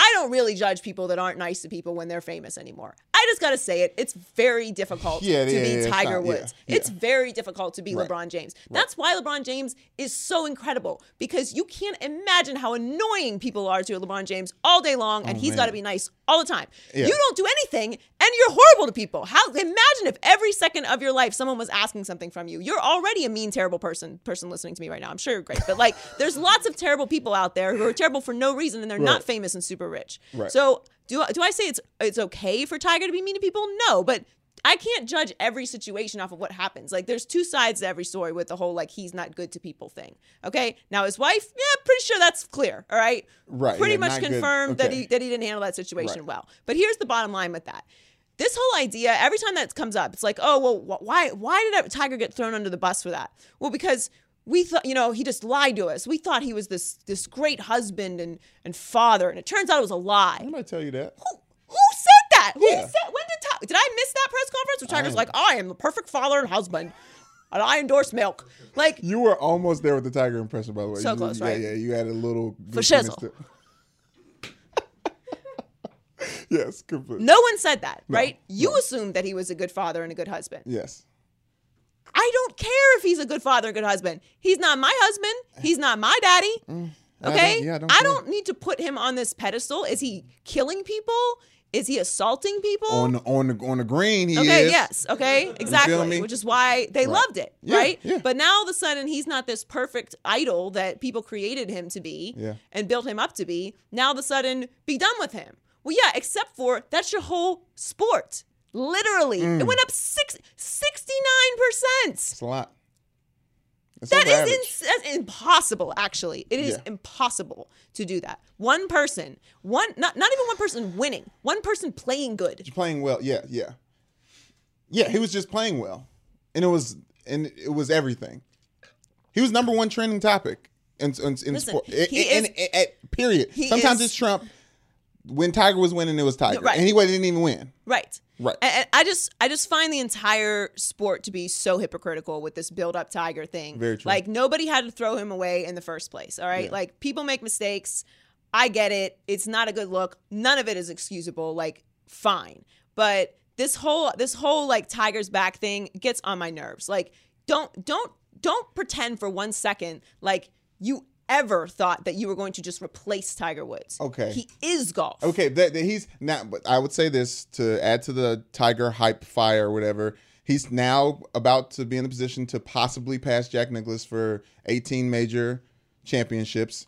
A: I don't really judge people that aren't nice to people when they're famous anymore. I just gotta say it. It's very difficult
C: Yeah,
A: to
C: yeah,
A: be
C: yeah, it's
A: Tiger
C: not- yeah,
A: Woods.
C: yeah.
A: It's very difficult to be
C: Right.
A: LeBron James. That's why LeBron James is so incredible because you can't imagine how annoying people are to LeBron James all day long, and he's
C: Oh, man.
A: gotta be nice all the time.
C: Yeah.
A: You don't do anything, And you're horrible to people. How imagine if every second of your life someone was asking something from you. You're already a mean, terrible person. Person listening to me right now, I'm sure you're great, but like, there's lots of terrible people out there who are terrible for no reason, and they're not famous and super rich.
C: Right.
A: So do I, do I say it's it's okay for Tiger to be mean to people? No, but I can't judge every situation off of what happens. Like there's two sides to every story with the whole like he's not good to people thing. Okay, now his wife, yeah, pretty sure that's clear. All right,
C: Right,
A: Pretty
C: yeah,
A: much
C: not good.
A: confirmed that
C: Okay.
A: he that he didn't handle that situation
C: Right.
A: well. But here's the bottom line with that. This whole idea, every time that comes up, it's like, oh well, wh- why why did Tiger get thrown under the bus for that? Well, because we thought, you know, he just lied to us. We thought he was this this great husband and and father, and it turns out it was a lie.
C: I'm gonna tell you that.
A: Who, who said that? Who
C: Yeah.
A: said? When did Ti- did I miss that press conference? Where Tiger's like, I am the perfect father and husband, and I endorse milk. Like
C: You were almost there with the tiger impression, by the way.
A: So
C: You-
A: close,
C: yeah,
A: right?
C: Yeah, you had a little
A: For
C: goofiness
A: shizzle.
C: to- yes, completely.
A: no one said that, right? You assumed that he was a good father and a good husband.
C: Yes.
A: I don't care if he's a good father, a good husband. He's not my husband. He's not my daddy.
C: Mm. I
A: Okay?
C: don't- yeah, I don't
A: need to put him on this pedestal. Is he killing people? Is he assaulting people?
C: On the on the on the green, he
A: okay,
C: is.
A: yes. Okay, exactly.
C: me?
A: Which is why they loved it,
C: Yeah,
A: right?
C: yeah.
A: But now all of a sudden he's not this perfect idol that people created him to be
C: Yeah.
A: and built him up to be. Now all of a sudden be done with him. Well, yeah, except for that's your whole sport. Literally.
C: Mm.
A: It went up six, 69%.
C: It's a lot. That's
A: That
C: over average.
A: is ins- that's impossible. Actually, it is
C: Yeah.
A: impossible to do that. One person, one not not even one person winning, one person playing good.
C: You're playing well. Yeah, yeah, yeah. He was just playing well, and it was and it was everything. He was number one trending topic in in, in
A: Listen,
C: sport.
A: he
C: in,
A: is-
C: in- at period.
A: he
C: Sometimes
A: is-
C: it's Trump. When Tiger was winning, it was Tiger,
A: Right.
C: and he wa- didn't even win.
A: Right.
C: Right.
A: And, and I just I just find the entire sport to be so hypocritical with this build up tiger thing.
C: Very true.
A: Like nobody had to throw him away in the first place. All right. Like people make mistakes. I get it. It's not a good look. None of it is excusable. Like fine. But this whole this whole like tiger's back thing gets on my nerves. Like don't don't don't pretend for one second like you ever thought that you were going to just replace Tiger Woods.
C: Okay.
A: He is golf.
C: Okay, that, that he's not. But I would say this to add to the Tiger hype fire or whatever. He's now about to be in the position to possibly pass Jack Nicklaus for 18 major championships.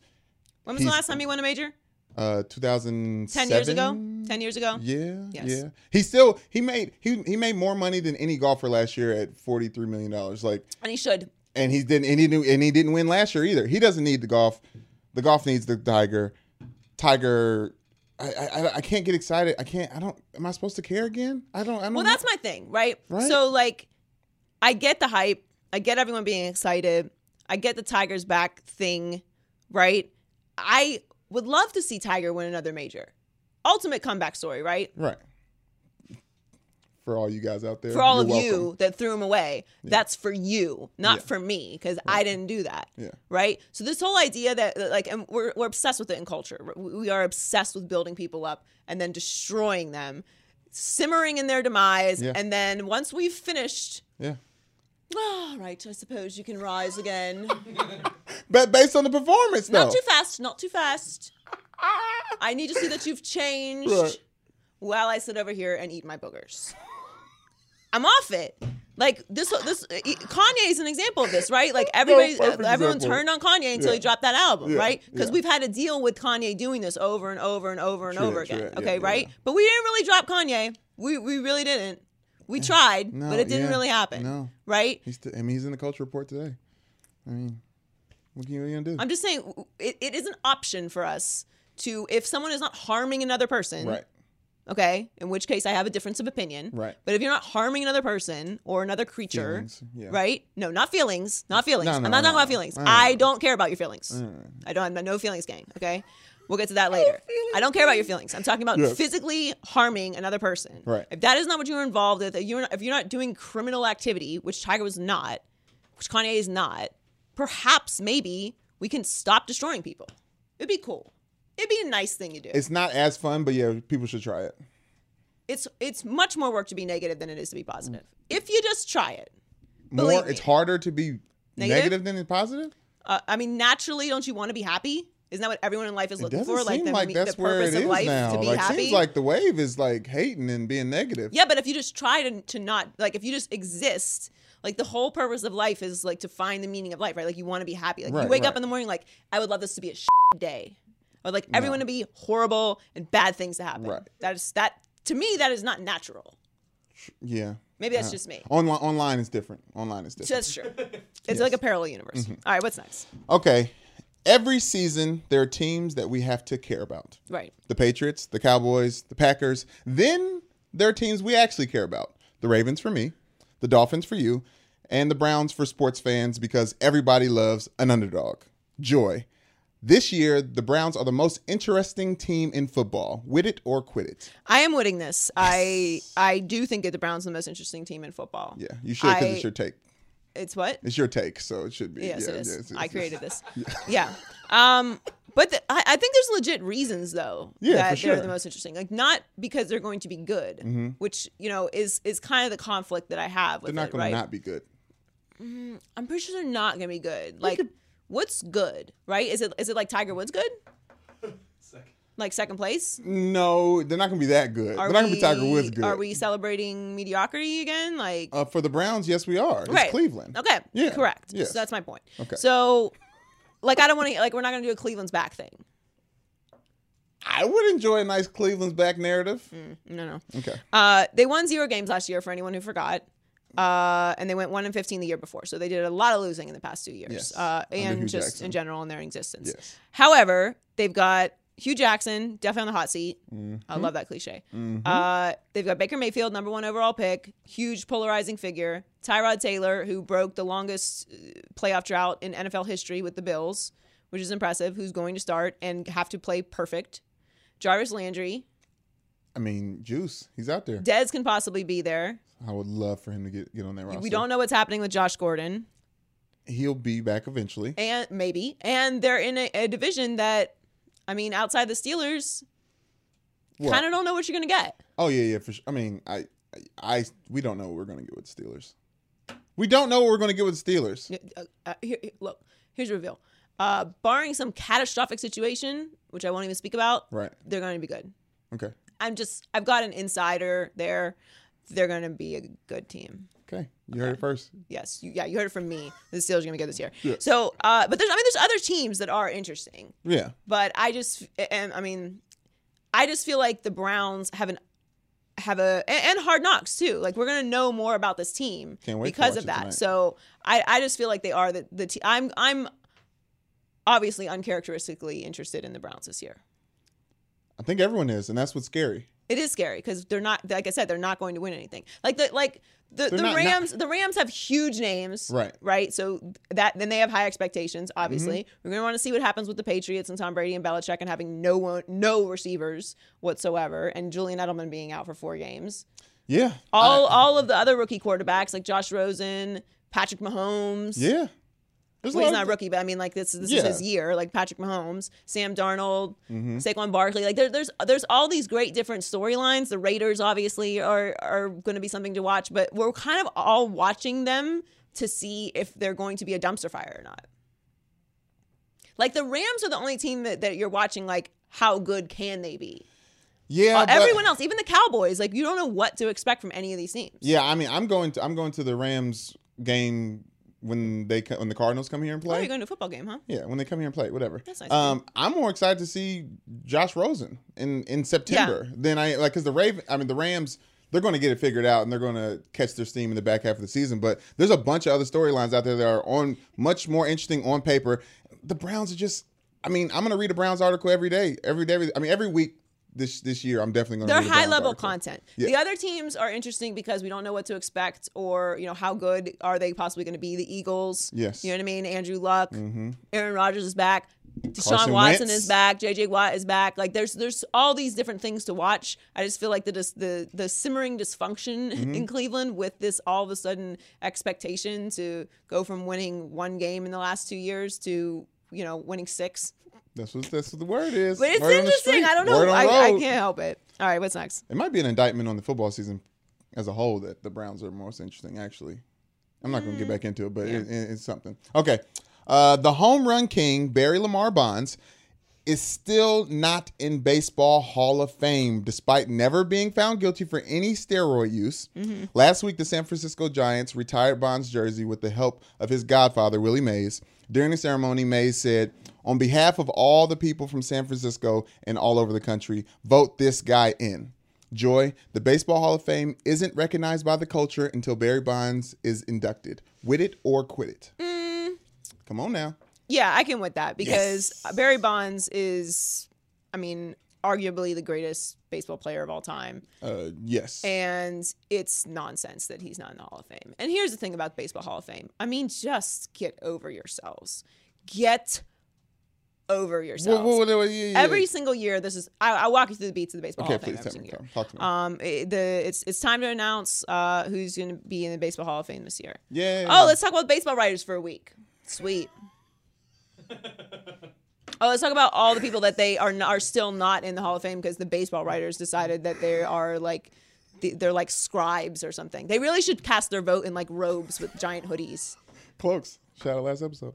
A: When was the
C: he's-
A: last time he won a major?
C: Uh, 2007.
A: 10 years ago 10 years ago
C: Yeah,
A: Yes.
C: yeah. He still he made he he made more money than any golfer last year at forty three million dollars. Like,
A: and he should
C: and he didn't and he didn't, and he didn't win last year either. He doesn't need the golf. The golf needs the tiger. Tiger. I, I I- I can't get excited. I can't. I don't. Am I supposed to care again? I don't. I don't.
A: well that's my thing right?
C: Right.
A: so like i get the hype i get everyone being excited i get the tigers back thing right i would love to see tiger win another major ultimate comeback story right
C: right. For all you guys out there,
A: for all
C: you're
A: of
C: welcome.
A: you that threw him away that's for you not for me because i didn't do that
C: Yeah.
A: right so this whole idea that that, like and we're, we're obsessed with it in culture we we are obsessed with building people up and then destroying them simmering in their demise
C: Yeah.
A: and then once we've finished
C: Yeah.
A: all right i suppose you can rise again
C: But based on the performance, though.
A: not too fast not too fast i need to see that you've changed
C: Right.
A: while I sit over here and eat my boogers. I'm off it. Like this, this e, Kanye is an example of this, right? Like everybody,
C: perfect
A: everyone
C: example.
A: turned on Kanye until
C: Yeah.
A: he dropped that album,
C: Yeah,
A: right? Because
C: yeah.
A: we've had to deal with Kanye doing this over and over and over and
C: True
A: over
C: that, true
A: again.
C: that. Yeah,
A: okay,
C: yeah,
A: right?
C: yeah.
A: But we didn't really drop Kanye. We we really didn't. We tried,
C: No,
A: but it didn't
C: yeah,
A: really happen,
C: no.
A: right?
C: He's still, I mean, he's in the culture report today. I mean, what are you gonna do?
A: I'm just saying it, it is an option for us to if someone is not harming another person,
C: right.
A: okay in which case i have a difference of opinion
C: Right.
A: but if you're not harming another person or another creature
C: Feelings, yeah.
A: right no not feelings not feelings
C: No, no,
A: i'm not
C: no,
A: talking
C: no. Mm.
A: about feelings
C: I know.
A: i don't care about your feelings i don't have no feelings gang okay we'll get to that later i don't care about your feelings i'm talking about
C: Yes.
A: physically harming another person
C: Right.
A: if that is not what you're involved with if you're not, if you're not doing criminal activity which tiger was not which kanye is not perhaps maybe we can stop destroying people it'd be cool it'd be a nice thing to do
C: It's not as fun, but yeah, people should try it.
A: it's it's much more work to be negative than it is to be positive. If you just try it,
C: Mm. More,
A: Believe
C: it's
A: me.
C: harder to be
A: Negative?
C: negative than it's positive.
A: uh, I mean, naturally, don't you want to be happy? Isn't that what everyone in life is
C: It
A: looking
C: doesn't
A: for? Like
C: seem
A: the,
C: like
A: me-
C: that's
A: the
C: where
A: purpose
C: it
A: of
C: is
A: life
C: now.
A: to be
C: like
A: happy.
C: seems like the wave is like hating and being negative.
A: yeah, but if you just try to, to not like if you just exist, like the whole purpose of life is like to find the meaning of life, right? Like you want to be happy. Like
C: Right,
A: you wake
C: right.
A: up in the morning like I would love this to be a shit day. I would like everyone to be horrible and bad things to happen.
C: Right.
A: That is that to me that is not natural.
C: Yeah.
A: Maybe
C: Uh-huh.
A: that's just me.
C: Online online is different. Online is different.
A: So that's true. It's like a parallel universe.
C: Mm-hmm.
A: All right, what's next?
C: okay. Every season there are teams that we have to care about.
A: Right.
C: The Patriots, the Cowboys, the Packers. Then there are teams we actually care about. The Ravens for me, the Dolphins for you, and the Browns for sports fans because everybody loves an underdog. Joy. This year, the Browns are the most interesting team in football. With it or quit it.
A: I am winning this. I I do think that the Browns are the most interesting team in football.
C: Yeah, you should because
A: I-
C: it's your take.
A: It's what?
C: It's your take, so it should be.
A: Yes,
C: yeah,
A: it is.
C: yes, yes,
A: I
C: yes.
A: created this. yeah. Um, but the, I, I think there's legit reasons though
C: Yeah,
A: that
C: for
A: they're
C: sure. Mm-hmm.
A: the most interesting. Like not because they're going to be good, which you know is is kind of the conflict that I have with
C: They're not
A: it,
C: going
A: right?
C: to not be good.
A: I'm pretty sure they're not gonna be good. Like, what's good, right? Is it is it like Tiger Woods good? Like second place?
C: No, they're not going to be that good.
A: Are
C: they're not going to be Tiger
A: we-
C: Woods good.
A: Are we celebrating mediocrity again? Like
C: Uh, for the Browns, yes, we are. It's Cleveland.
A: Okay.
C: Yeah.
A: Correct.
C: Yes.
A: So that's my point.
C: Okay.
A: So, like, I don't want to like we're not gonna do a Cleveland's back thing.
C: I would enjoy a nice Cleveland's back narrative.
A: No, no.
C: Okay.
A: Uh, they won zero games last year for anyone who forgot. Uh, and they went one and fifteen the year before, so they did a lot of losing in the past two years,
C: Yes,
A: uh,
C: under Hugh
A: and just
C: Jackson.
A: in general in their existence.
C: Yes.
A: However, they've got Hugh Jackson definitely on the hot seat. I
C: Mm-hmm.
A: love that cliche. Uh, they've got Baker Mayfield, number one overall pick, huge polarizing figure. Tyrod Taylor, who broke the longest uh, playoff drought in NFL history with the Bills, which is impressive. Who's going to start and have to play perfect? Jarvis Landry,
C: I mean, Juice, he's out there.
A: Dez can possibly be there.
C: I would love for him to get, get on that roster.
A: We don't know what's happening with Josh Gordon,
C: He'll be back eventually.
A: and maybe, and they're in a, a division that, I mean, outside the Steelers,
C: What?
A: kind of don't know what you're gonna get.
C: Oh yeah, yeah. For sure. I mean, I, I, I- we don't know what we're going to get with the Steelers. We don't know what we're going to get with the Steelers.
A: Uh, uh, here, here- look, here's the reveal. Uh, barring some catastrophic situation, which I won't even speak about,
C: Right.
A: they're going to be good.
C: Okay.
A: I'm just, I've got an insider there. They're going to be a good team.
C: Okay. You heard it first.
A: Yes, you, yeah, you heard it from me. The Steelers are going to get this year. So, uh, but there's, I mean, there's other teams that are interesting.
C: Yeah.
A: but I just and I mean, I just feel like the Browns have an have a and, and Hard Knocks too. Like we're gonna know more about this team
C: Can't wait to
A: because
C: watch
A: of
C: it
A: that.
C: tonight.
A: So I I just feel like they are the the te- I'm I'm obviously uncharacteristically interested in the Browns this year.
C: I think everyone is, and that's what's scary.
A: It is scary because they're not like I said they're not going to win anything. Like the like the, the
C: not- not-
A: Rams the Rams have huge names
C: Right.
A: right so that then they have high expectations obviously
C: Mm-hmm.
A: we're gonna want to see what happens with the Patriots and Tom Brady and Belichick and having no one no receivers whatsoever and Julian Edelman being out for four games
C: Yeah.
A: all all of the other rookie quarterbacks like Josh Rosen Patrick Mahomes
C: Yeah. There's a
A: well, he's
C: lot
A: not
C: of-
A: a rookie, but I mean, like this, this
C: Yeah. Mm-hmm.
A: is his year. Like Patrick Mahomes, Sam Darnold, Saquon Barkley. Like there, there's there's all these great different storylines. The Raiders obviously are are going to be something to watch, but we're kind of all watching them to see if they're going to be a dumpster fire or not. Like the Rams are the only team that, that you're watching. Like how good can they be?
C: Yeah.
A: Uh,
C: but-
A: Everyone else, even the Cowboys, like you don't know what to expect from any of these teams.
C: Yeah, I mean, I'm going to I'm going to the Rams game when they co- when the Cardinals come here and
A: Oh,
C: play.
A: you're going to a football game, huh?
C: yeah, when they come here and play, whatever.
A: That's nice of
C: Um, I'm more excited to see Josh Rosen in in September than I like because the Raven. I mean, the Rams they're going to get it figured out and they're going to catch their steam in the back half of the season. But there's a bunch of other storylines out there that are on much more interesting on paper. The Browns are just. I mean, I'm going to read a Browns article every day, every day. Every, I mean, every week this this year, I'm definitely going to.
A: They're
C: read a
A: high
C: Browns
A: level
C: article.
A: content.
C: Yeah.
A: The other teams are interesting because we don't know what to expect or, you know, how good are they possibly going to be. The Eagles.
C: Yes. Mm-hmm.
A: You know what I mean? Andrew Luck. Aaron Rodgers is back. Deshaun
C: Carson
A: Watson
C: Wentz.
A: is back. JJ Watt is back. Like there's there's all these different things to watch. I just feel like the dis- the the simmering dysfunction
C: Mm-hmm.
A: in Cleveland with this all of a sudden expectation to go from winning one game in the last two years to you know winning six.
C: That's what that's what the word is.
A: But it's
C: Word on the
A: interesting.
C: street.
A: I don't know.
C: Word on
A: I,
C: the
A: I
C: road.
A: can't help it. All right, what's next?
C: It might be an indictment on the football season as a whole that the Browns are most interesting. Actually, I'm not going to get back into it, but it, it- it's something. Okay, uh, the home run king Barry Lamar Bonds is still not in Baseball Hall of Fame despite never being found guilty for any steroid use. Last week, the San Francisco Giants retired Bonds' jersey with the help of his godfather, Willie Mays. During the ceremony, Mays said, On behalf of all the people from San Francisco and all over the country, vote this guy in. Joy, the Baseball Hall of Fame isn't recognized by the culture until Barry Bonds is inducted. With it or quit it.
A: Mm.
C: Come on now.
A: Yeah, I can with that because Barry Bonds is, I mean, arguably the greatest baseball player of all time.
C: Uh, yes.
A: And it's nonsense that he's not in the Hall of Fame. And here's the thing about the Baseball Hall of Fame I mean, just get over yourselves. Get over yourselves.
C: Whoa, whoa, whoa, whoa, yeah, yeah,
A: Every
C: yeah.
A: single year, this is, I, I walk you through the beats of the Baseball
C: Okay,
A: Hall of Fame.
C: please
A: every
C: tell me.
A: single year.
C: Talk to me.
A: Um, it- the it's it's time to announce uh, who's going to be in the Baseball Hall of Fame this year.
C: Yay.
A: Oh, let's talk about baseball writers for a week. Sweet. oh, let's talk about all the people that they are n- are still not in the Hall of Fame because the baseball writers decided that they are like th- they're like scribes or something. They really should cast their vote in like robes with giant hoodies.
C: Cloaks. Shout out last episode.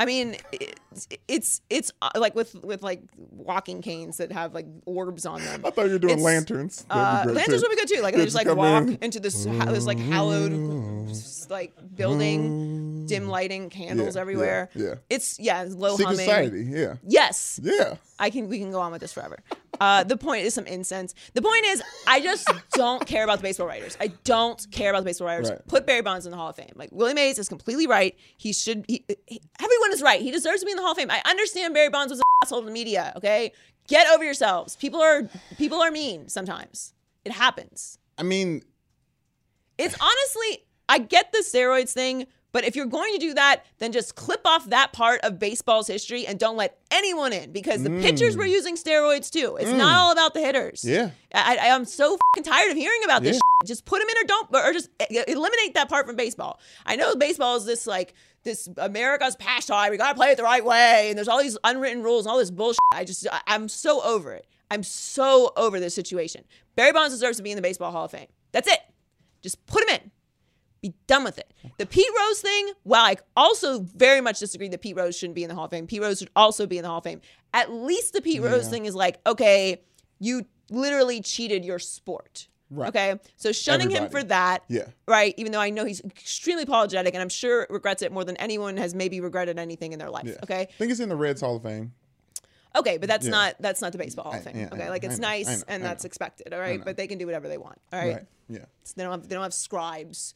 A: I mean, it's it's, it's uh, like with with like walking canes that have like orbs on them.
C: I thought you were doing
A: It's-
C: lanterns.
A: uh, lanterns would be good too. Like they just like walk
C: In.
A: into this ha- this like hallowed like building, dim lighting, candles
C: Mm. Yeah, yeah,
A: everywhere.
C: yeah.
A: it's yeah, it's low
C: Secret
A: humming.
C: Society. Yeah.
A: Yes,
C: Yeah.
A: I can. We can go on with this forever. Uh, the point is some incense. The point is, I just don't care about the baseball writers. I don't care about the baseball writers.
C: Right.
A: Put Barry Bonds in the Hall of Fame. Like Willie Mays is completely right. He should. He, he- everyone is right. He deserves to be in the Hall of Fame. I understand Barry Bonds was an asshole to the media. Okay, get over yourselves. People are people are mean sometimes. It happens.
C: I mean,
A: It's honestly, I get the steroids thing, but if you're going to do that, then just clip off that part of baseball's history and don't let anyone in because the pitchers were using steroids too. It's not all about the hitters.
C: Mm. Yeah.
A: I, I- I'm so fing tired of hearing about this.
C: Yeah.
A: shit. Just put them in or don't, or just e- eliminate that part from baseball. I know baseball is this like this America's pastime. We gotta play it the right way, and there's all these unwritten rules and all this bullshit. I just I, I'm so over it. I'm so over this situation. Barry Bonds deserves to be in the Baseball Hall of Fame. That's it. Just put him in. Be done with it. The Pete Rose thing, while I also very much disagree that Pete Rose shouldn't be in the Hall of Fame, Pete Rose should also be in the Hall of Fame. At least the Pete Rose thing is like, okay, you literally cheated your sport.
C: Right.
A: Okay. So shunning him
C: Everybody.
A: for that.
C: Yeah.
A: Right. Even though I know he's extremely apologetic and I'm sure regrets it more than anyone has maybe regretted anything in their life.
C: yeah.
A: Okay.
C: I think it's in the Reds Hall of Fame.
A: Okay, but that's not that's not the baseball Hall of
C: I-
A: Fame.
C: yeah, I
A: okay,
C: know,
A: like
C: I
A: it's
C: know, I
A: nice
C: know,
A: and
C: I
A: that's
C: know.
A: expected. All right, but they can do whatever they want. All
C: Right.
A: right,
C: Yeah.
A: So they don't have they don't have scribes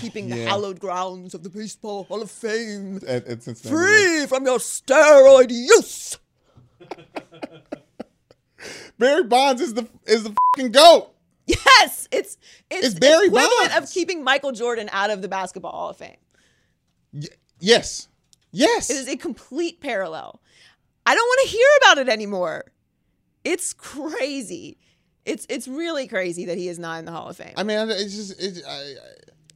A: keeping the
C: Yeah.
A: hallowed grounds of the baseball Hall of Fame
C: At, at Cincinnati.
A: free from your steroid use.
C: Barry Bonds is the is the fucking goat.
A: Yes, it's it's,
C: It's Barry
A: the equivalent
C: Bonds.
A: of keeping Michael Jordan out of the basketball Hall of Fame.
C: Yes. Yes.
A: It is a complete parallel. I don't want to hear about it anymore. It's crazy. It's it's really crazy that he is not in the Hall of Fame.
C: I mean, it's just it's. I, I,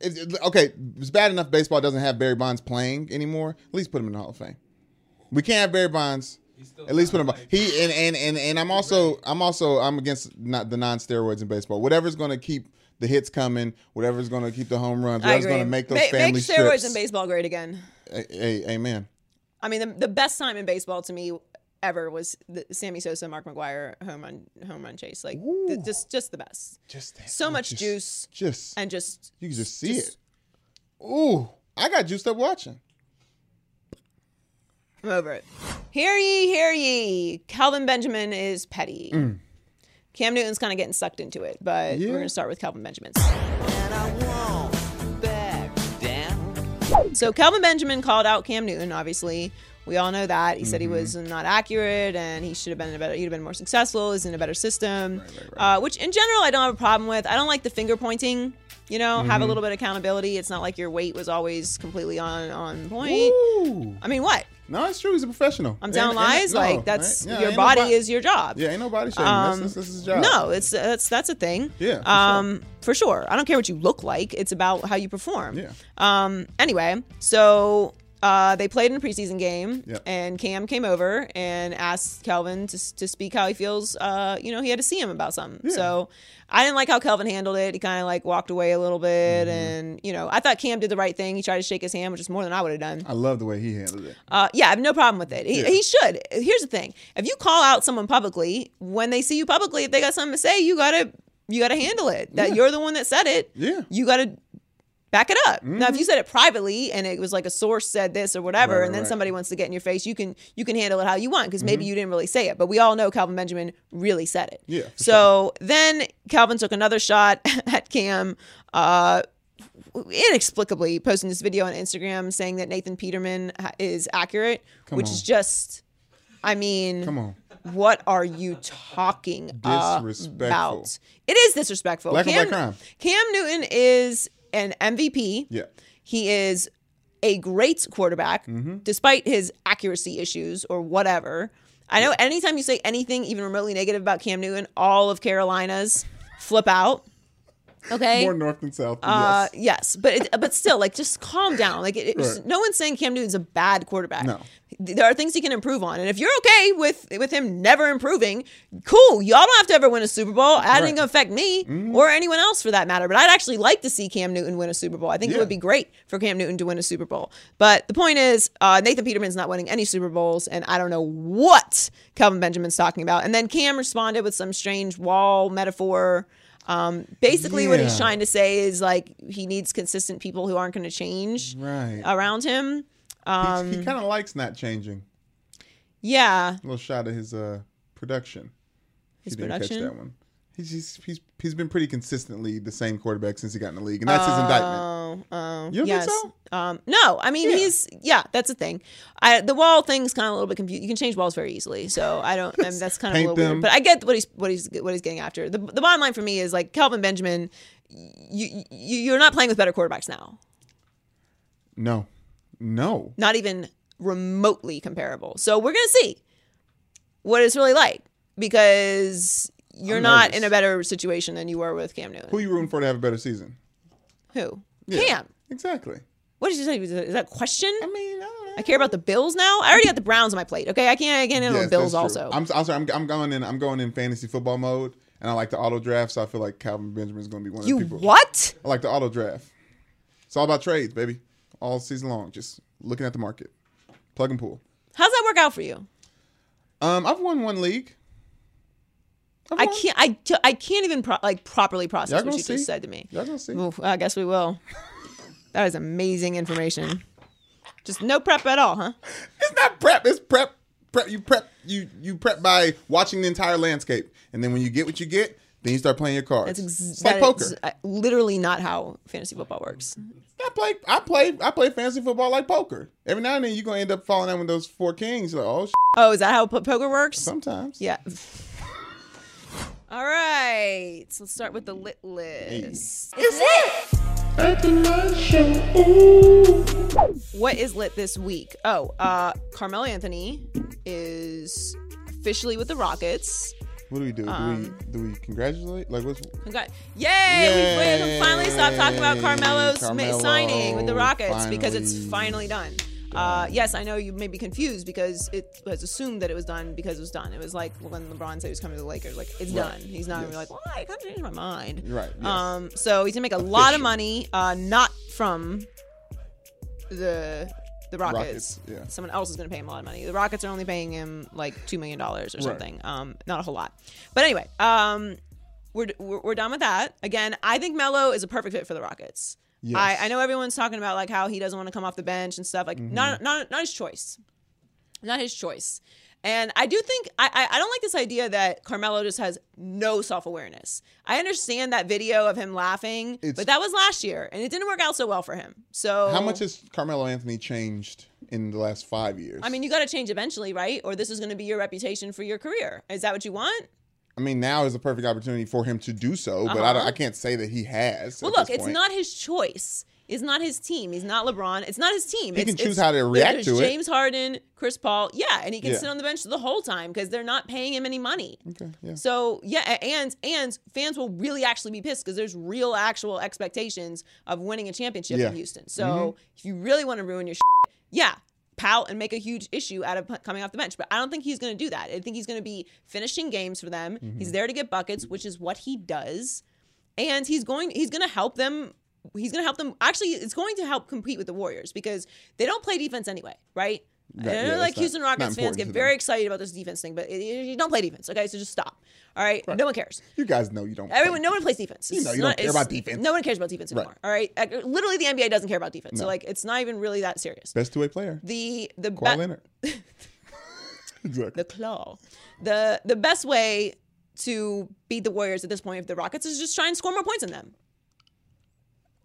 C: it's it, okay, it's bad enough baseball doesn't have Barry Bonds playing anymore. At least put him in the Hall of Fame. We can't have Barry Bonds. At least put him. He and and and and I'm also I'm also I'm against not the non-steroids in baseball. Whatever's going to keep the hits coming, whatever's going to keep the home runs,
A: I
C: whatever's
A: agree.
C: going to make those
A: make,
C: family
A: make steroids
C: strips.
A: in baseball great again.
C: A- a- amen.
A: I mean, the, the best time in baseball to me ever was the Sammy Sosa, Mark McGuire home run home run chase. Like th- just just the best.
C: Just that-
A: so much
C: just-
A: juice
C: Just
A: and just
C: you can just see
A: just-
C: it. Ooh, I got juiced up watching.
A: I'm over it. Hear ye, hear ye. Calvin Benjamin is petty. Cam Newton's kind of getting sucked into it, but
C: Yeah.
A: we're gonna start with Calvin Benjamin. So Calvin Benjamin called out Cam Newton. Obviously, we all know that he said he was not accurate and he should have been in a better. He'd have been more successful. Is in a better system, Uh, which in general I don't have a problem with. I don't like the finger pointing. You know, have a little bit of accountability. It's not like your weight was always completely on on point.
C: Ooh.
A: I mean, what?
C: No, it's true. He's a professional.
A: I'm
C: Ain't-
A: down
C: ain't-
A: lies.
C: no,
A: like that's
C: ain't- yeah,
A: your
C: ain't
A: body
C: nobody-
A: is your job.
C: Yeah, ain't nobody shaming.
A: Um,
C: this, this, this is his job.
A: No, it's that's that's a thing.
C: Yeah, for
A: um, for sure. I don't care what you look like. It's about how you perform.
C: Yeah.
A: Um. Anyway, so Uh, they played in a preseason game,
C: Yep.
A: and Cam came over and asked Calvin to, to speak how he feels. Uh, you know, he had to see him about something. So I didn't like how Calvin handled it. He kind of like walked away a little bit,
C: Mm-hmm.
A: and you know, I thought Cam did the right thing. He tried to shake his hand, which is more than I would have done.
C: I love the way he handled it.
A: Uh, yeah, I have no problem with it. He, he should. Here's the thing: if you call out someone publicly, when they see you publicly, if they got something to say, you gotta you gotta handle it. That you're the one that said it.
C: Yeah. Mm-hmm.
A: you gotta back it up. Now, if you said it privately and it was like a source said this or whatever, and then somebody wants to get in your face, you can you can handle it how you want because maybe you didn't really say it, but we all know Calvin Benjamin really said it.
C: Mm-hmm. Yeah, for
A: So then Calvin took another shot at Cam. Uh, inexplicably posting this video on Instagram saying that Nathan Peterman ha- is accurate, which is
C: on.
A: just, I mean,
C: Come on.
A: what are you talking
C: Disrespectful.
A: about? It is disrespectful.
C: Black on black crime.
A: Cam Newton is an MVP.
C: Yeah.
A: He is a great quarterback,
C: Mm-hmm.
A: despite his accuracy issues or whatever. I know anytime you say anything even remotely negative about Cam Newton, all of Carolina's flip out. Okay.
C: More north than south.
A: Uh,
C: yes.
A: yes, but it, but still, like just calm down. Like it, it just- no one's saying Cam Newton's a bad quarterback.
C: No.
A: there are things he can improve on, and if you're okay with with him never improving, cool. Y'all don't have to ever win a Super Bowl. That didn't affect me
C: Mm-hmm.
A: or anyone else for that matter. But I'd actually like to see Cam Newton win a Super Bowl. I think
C: Yeah.
A: it would be great for Cam Newton to win a Super Bowl. But the point is, uh, Nathan Peterman's not winning any Super Bowls, and I don't know what Calvin Benjamin's talking about. And then Cam responded with some strange wall metaphor. Um, basically, what he's
C: Yeah.
A: trying to say is like he needs consistent people who aren't going to change
C: Right.
A: around him.
C: He's-
A: um,
C: he kind of likes not changing.
A: Yeah,
C: A little shot of his uh, production.
A: his
C: He didn't catch that
A: production.
C: one. He's, he's he's he's been pretty consistently the same quarterback since he got in the league, and that's his indictment.
A: Oh, oh,
C: You don't
A: yes.
C: think so?
A: Um, no, I mean he's yeah, that's the thing. I the wall thing's kind of a little bit confused. You can change walls very easily, so I don't. I mean, that's kind of a
C: Paint
A: little
C: them.
A: weird. But I get what he's what he's what he's getting after. The, the bottom line for me is like Calvin Benjamin. You, you you're not playing with better quarterbacks now.
C: No, no.
A: not even remotely comparable. So we're gonna see what it's really like because you're
C: I'm
A: not
C: nervous.
A: in a better situation than you were with Cam Newton.
C: Who
A: Who?
C: you rooting for to have a better season?
A: Cam.
C: Exactly.
A: What did you say? Is that- Is that a question?
C: I mean, I,
A: I care about the Bills now. I already got the Browns on my plate. Okay, I can't. I can't handle the Bills also.
C: I'm also I'm, I'm going in I'm going in fantasy football mode, and I like the auto draft, so I feel like Calvin Benjamin's going to be one of
A: you
C: the people.
A: what?
C: I like the auto draft. It's all about trades, baby. All season long, just looking at the market, plug and pull.
A: How's that work out for you?
C: Um, I've won one league. I've
A: I
C: won.
A: can't. I, t- I can't even pro- like properly process
C: Y'all
A: what
C: gonna
A: you
C: see.
A: just said to me.
C: Y'all gonna see.
A: Oof, I guess we will. that is amazing information. Just no prep at all, huh?
C: It's not prep. It's prep. Prep. You prep. You you prep by watching the entire landscape, and then when you get what you get, then you start playing your cards.
A: That's ex-
C: it's like
A: that
C: poker.
A: is, uh, literally not how fantasy football works.
C: I play. I play. I play fantasy football like poker. Every now and then, you're gonna end up falling out with those four kings. You're like, oh, shit,
A: Oh, is that how po- poker works?
C: sometimes.
A: Yeah. All right. So let's start with the lit list. It's lit. What is lit this week? Oh, uh Carmelo Anthony is officially with the Rockets.
C: What do we do?
A: Um,
C: do we do we congratulate? Like what's
A: Congrat- Yay! We we can finally stop talking about
C: Yay,
A: Carmelo's ma-
C: Carmelo,
A: signing with the Rockets because it's
C: finally
A: finally done. Uh, yes, I know you may be confused because it was assumed that it was done because it was done. It was like when LeBron said he was coming to the Lakers, like it's done. He's not gonna be like, well, I kind of changed my mind.
C: Right, yes.
A: Um. So he's gonna make a lot of money, uh, not from the the Rockets.
C: Rockets, yeah.
A: Someone else is going to pay him a lot of money. The Rockets are only paying him like two million dollars or something. Um, not a whole lot. But anyway, um, we're, we're we're done with that. Again, I think Melo is a perfect fit for the Rockets.
C: Yes. Mm-hmm.
A: I, I know everyone's talking about like how he doesn't want to come off the bench and stuff. Like not not not his choice, not his choice. And I do think I, I I don't like this idea that Carmelo just has no self awareness. I understand that video of him laughing,
C: It's-
A: but that was last year, and it didn't work out so well for him. So
C: how much has Carmelo Anthony changed in the last five years?
A: I mean, you got to change eventually, right? Or this is going to be your reputation for your career. Is that what you want?
C: I mean, now is a perfect opportunity for him to do so, but I, don't, I can't say that he has.
A: Uh-huh. Well,
C: at
A: look,
C: this
A: it's
C: point.
A: not his choice. It's not his team. He's not LeBron. It's not his team.
C: He
A: it's,
C: can choose
A: it's-
C: how to react
A: there's
C: to it.
A: James Harden, Chris Paul, yeah, and he can
C: Yeah.
A: sit on the bench the whole time because they're not paying him any money.
C: Okay, yeah.
A: So yeah, a- and and fans will really actually be pissed because there's real actual expectations of winning a championship
C: Yeah. Mm-hmm.
A: in Houston. So if you really want to ruin your yeah, pout and make a huge issue out of p- coming off the bench. But I don't think he's going to do that. I think he's going to be finishing games for them.
C: Mm-hmm.
A: He's there to get buckets, which is what he does, and he's going he's going to help them. He's going to help them. Actually, it's going to help compete with the Warriors because they don't play defense anyway, right? I
C: Right,
A: know,
C: yeah, that's
A: like
C: not-
A: Houston
C: not
A: Rockets fans
C: important
A: get
C: to
A: very
C: them.
A: excited about this defense thing, but it, it- you don't play defense. Okay, so just stop. All right, no one cares.
C: You guys know you don't.
A: Everyone,
C: play.
A: no one plays defense.
C: You know,
A: It's
C: you don't
A: not-
C: care
A: it's-
C: about defense.
A: No one cares about defense anymore. All right, Like, literally, the NBA doesn't care about defense. So
C: No.
A: like, it's not even really that serious.
C: Best two way player.
A: The the
C: Kawhi
A: be-
C: Leonard. exactly.
A: the claw. The the best way to beat the Warriors at this point if the Rockets is just try and score more points on them.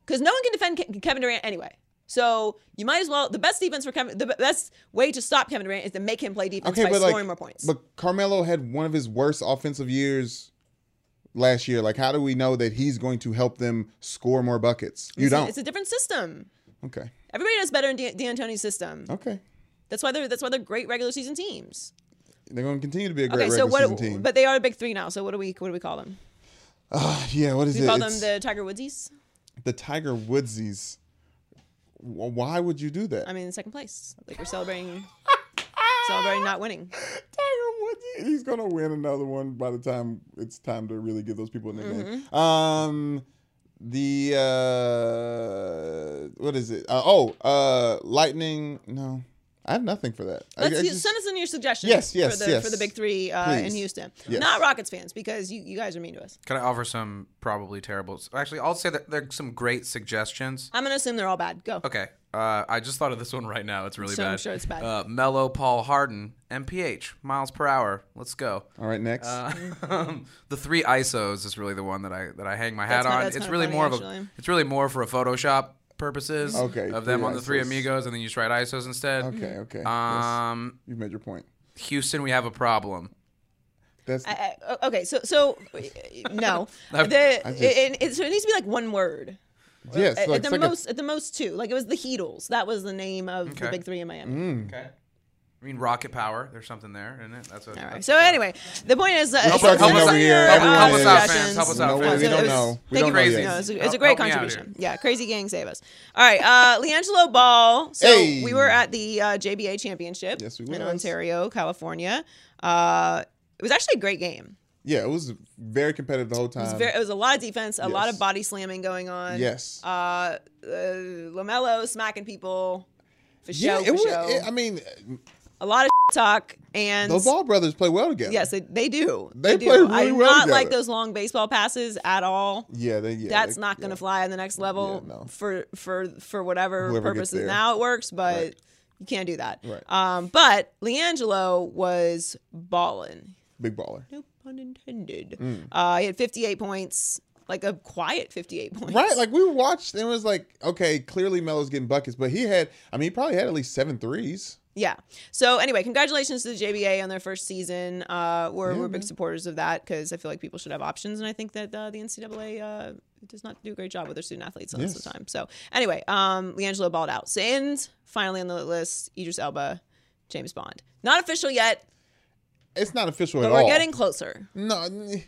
A: Because no one can defend Ke- Kevin Durant anyway. So you might as well. The best defense for Kevin, the be- best way to stop Kevin Durant is to make him play defense by scoring more points.
C: But Carmelo had one of his worst offensive years last year. Like, how do we know that he's going to help them score more buckets? You
A: It's a-
C: don't.
A: It's a different system.
C: okay.
A: Everybody does better in D- D'Antoni's system.
C: Okay.
A: That's why they're that's why they're great regular season teams.
C: They're going to continue to be a great
A: Okay, so
C: regular
A: what?
C: season team.
A: But they are a big three now. So what do we what do we call them?
C: yeah, what is
A: We
C: it?
A: call them
C: It's
A: the Tiger Woodsies.
C: the Tiger Woodsies. W- Why would you do that?
A: I mean, in second place. Like we're celebrating celebrating not winning.
C: Tiger Woods, he's gonna win another one by the time it's time to really give those people a nickname.
A: Mm-hmm.
C: Um, the uh, what is it? Uh, oh, uh, lightning. No, I have nothing for that. I-
A: Let's
C: I
A: use-
C: just-
A: send us in your suggestions.
C: Yes, yes,
A: for the,
C: yes.
A: For the big three uh, in
C: Please.
A: Houston,
C: Yes.
A: not Rockets fans because you, you guys are mean to us.
E: Can I offer some probably terrible? Actually, I'll say that there's some great suggestions.
A: I'm gonna assume they're all bad. Go.
E: Okay. Uh, I just thought of this one right now. It's really
A: So I'm
E: bad.
A: sure it's bad.
E: Uh, Mellow Paul Harden, MPH, miles per hour. Let's go.
C: All right, next.
E: Uh, the three ISOs is really the one that I that I hang my
A: Mm-hmm. That's
E: hat
A: not-
E: on.
A: that's
E: it's
A: kind of
E: really
A: funny,
E: more of
A: actually.
E: a it's really more for a Photoshop purposes
C: Okay,
E: of them
C: three
E: on the three
C: ISOs.
E: amigos, and then you just write ISOs instead.
C: okay, okay. Yes.
E: Um,
C: You've made your point.
E: Houston, we have a problem.
C: That's
A: I, I- okay, so so uh, no,
E: I-
A: the,
C: I just-
A: it, it, so it needs to be like one word.
C: yes.
A: At-
C: like,
A: at uh, the
C: it's like a-
A: most, at the most two. Like it was the Heatles. That was the name of the
E: Okay.
A: big three in Miami.
E: Okay. I mean, rocket power. There's something there, isn't it? That's what.
A: All right.
E: that's-
A: So anyway, the point is, uh,
C: Help
A: so
C: us
A: these
E: out
A: are
E: here.
A: your,
E: Help- help
A: uh,
E: us out, fans.
A: suggestions.
E: Help us out,
A: Uh,
E: fans.
A: so
E: We don't
A: it was-
C: know. We
A: thank
C: don't
A: you for-
C: know yet.
A: No, it's a, it's a
E: Help-
A: great
E: help me out
A: contribution. Yeah, crazy gang save us. All right, uh, Leangelo Ball. So
C: Hey.
A: we were at the uh, JBA Championship
C: Yes, we
A: in
C: was.
A: Ontario, California. Uh, it was actually a great game.
C: yeah, it was very competitive the whole time.
A: It was, very, it was a lot of defense, a lot
C: Um, yes.
A: of body slamming going on.
C: yes.
A: Uh, uh, Lamelo smacking people. For show,
C: yeah,
A: for
C: it was.
A: show.
C: It, I mean,
A: a lot of talk and
C: those Ball brothers play well together.
A: Yes, they, they do.
C: They
A: do.
C: play really
A: I do
C: well
A: not like
C: together.
A: those long baseball passes at all.
C: Yeah, they. Yeah,
A: That's
C: they-
A: not going to
C: yeah.
A: fly in the next level
C: Yeah, no.
A: for for for whatever
C: Whoever gets
A: purposes
C: there.
A: now it works, but
C: Right.
A: you can't do that.
C: Right.
A: Um, but Leangelo was ballin'.
C: Big baller.
A: No pun intended.
C: Mm.
A: Uh, he had 58 points, like a quiet 58 points.
C: Right, like we watched, and it was like, okay, clearly Melo's getting buckets, but he had, I mean, he probably had at least seven threes.
A: Yeah. So anyway, congratulations to the JBA on their first season. Uh, we're we're big supporters of that because I feel like people should have options, and I think that uh, the NCAA uh, does not do a great job with their student athletes lots of the time. So anyway, um, Leangelo balled out. So, and finally on the list, Idris Elba, James Bond. Not official yet,
C: It's not official
A: but
C: at
A: we're
C: all.
A: getting closer.
C: no, n-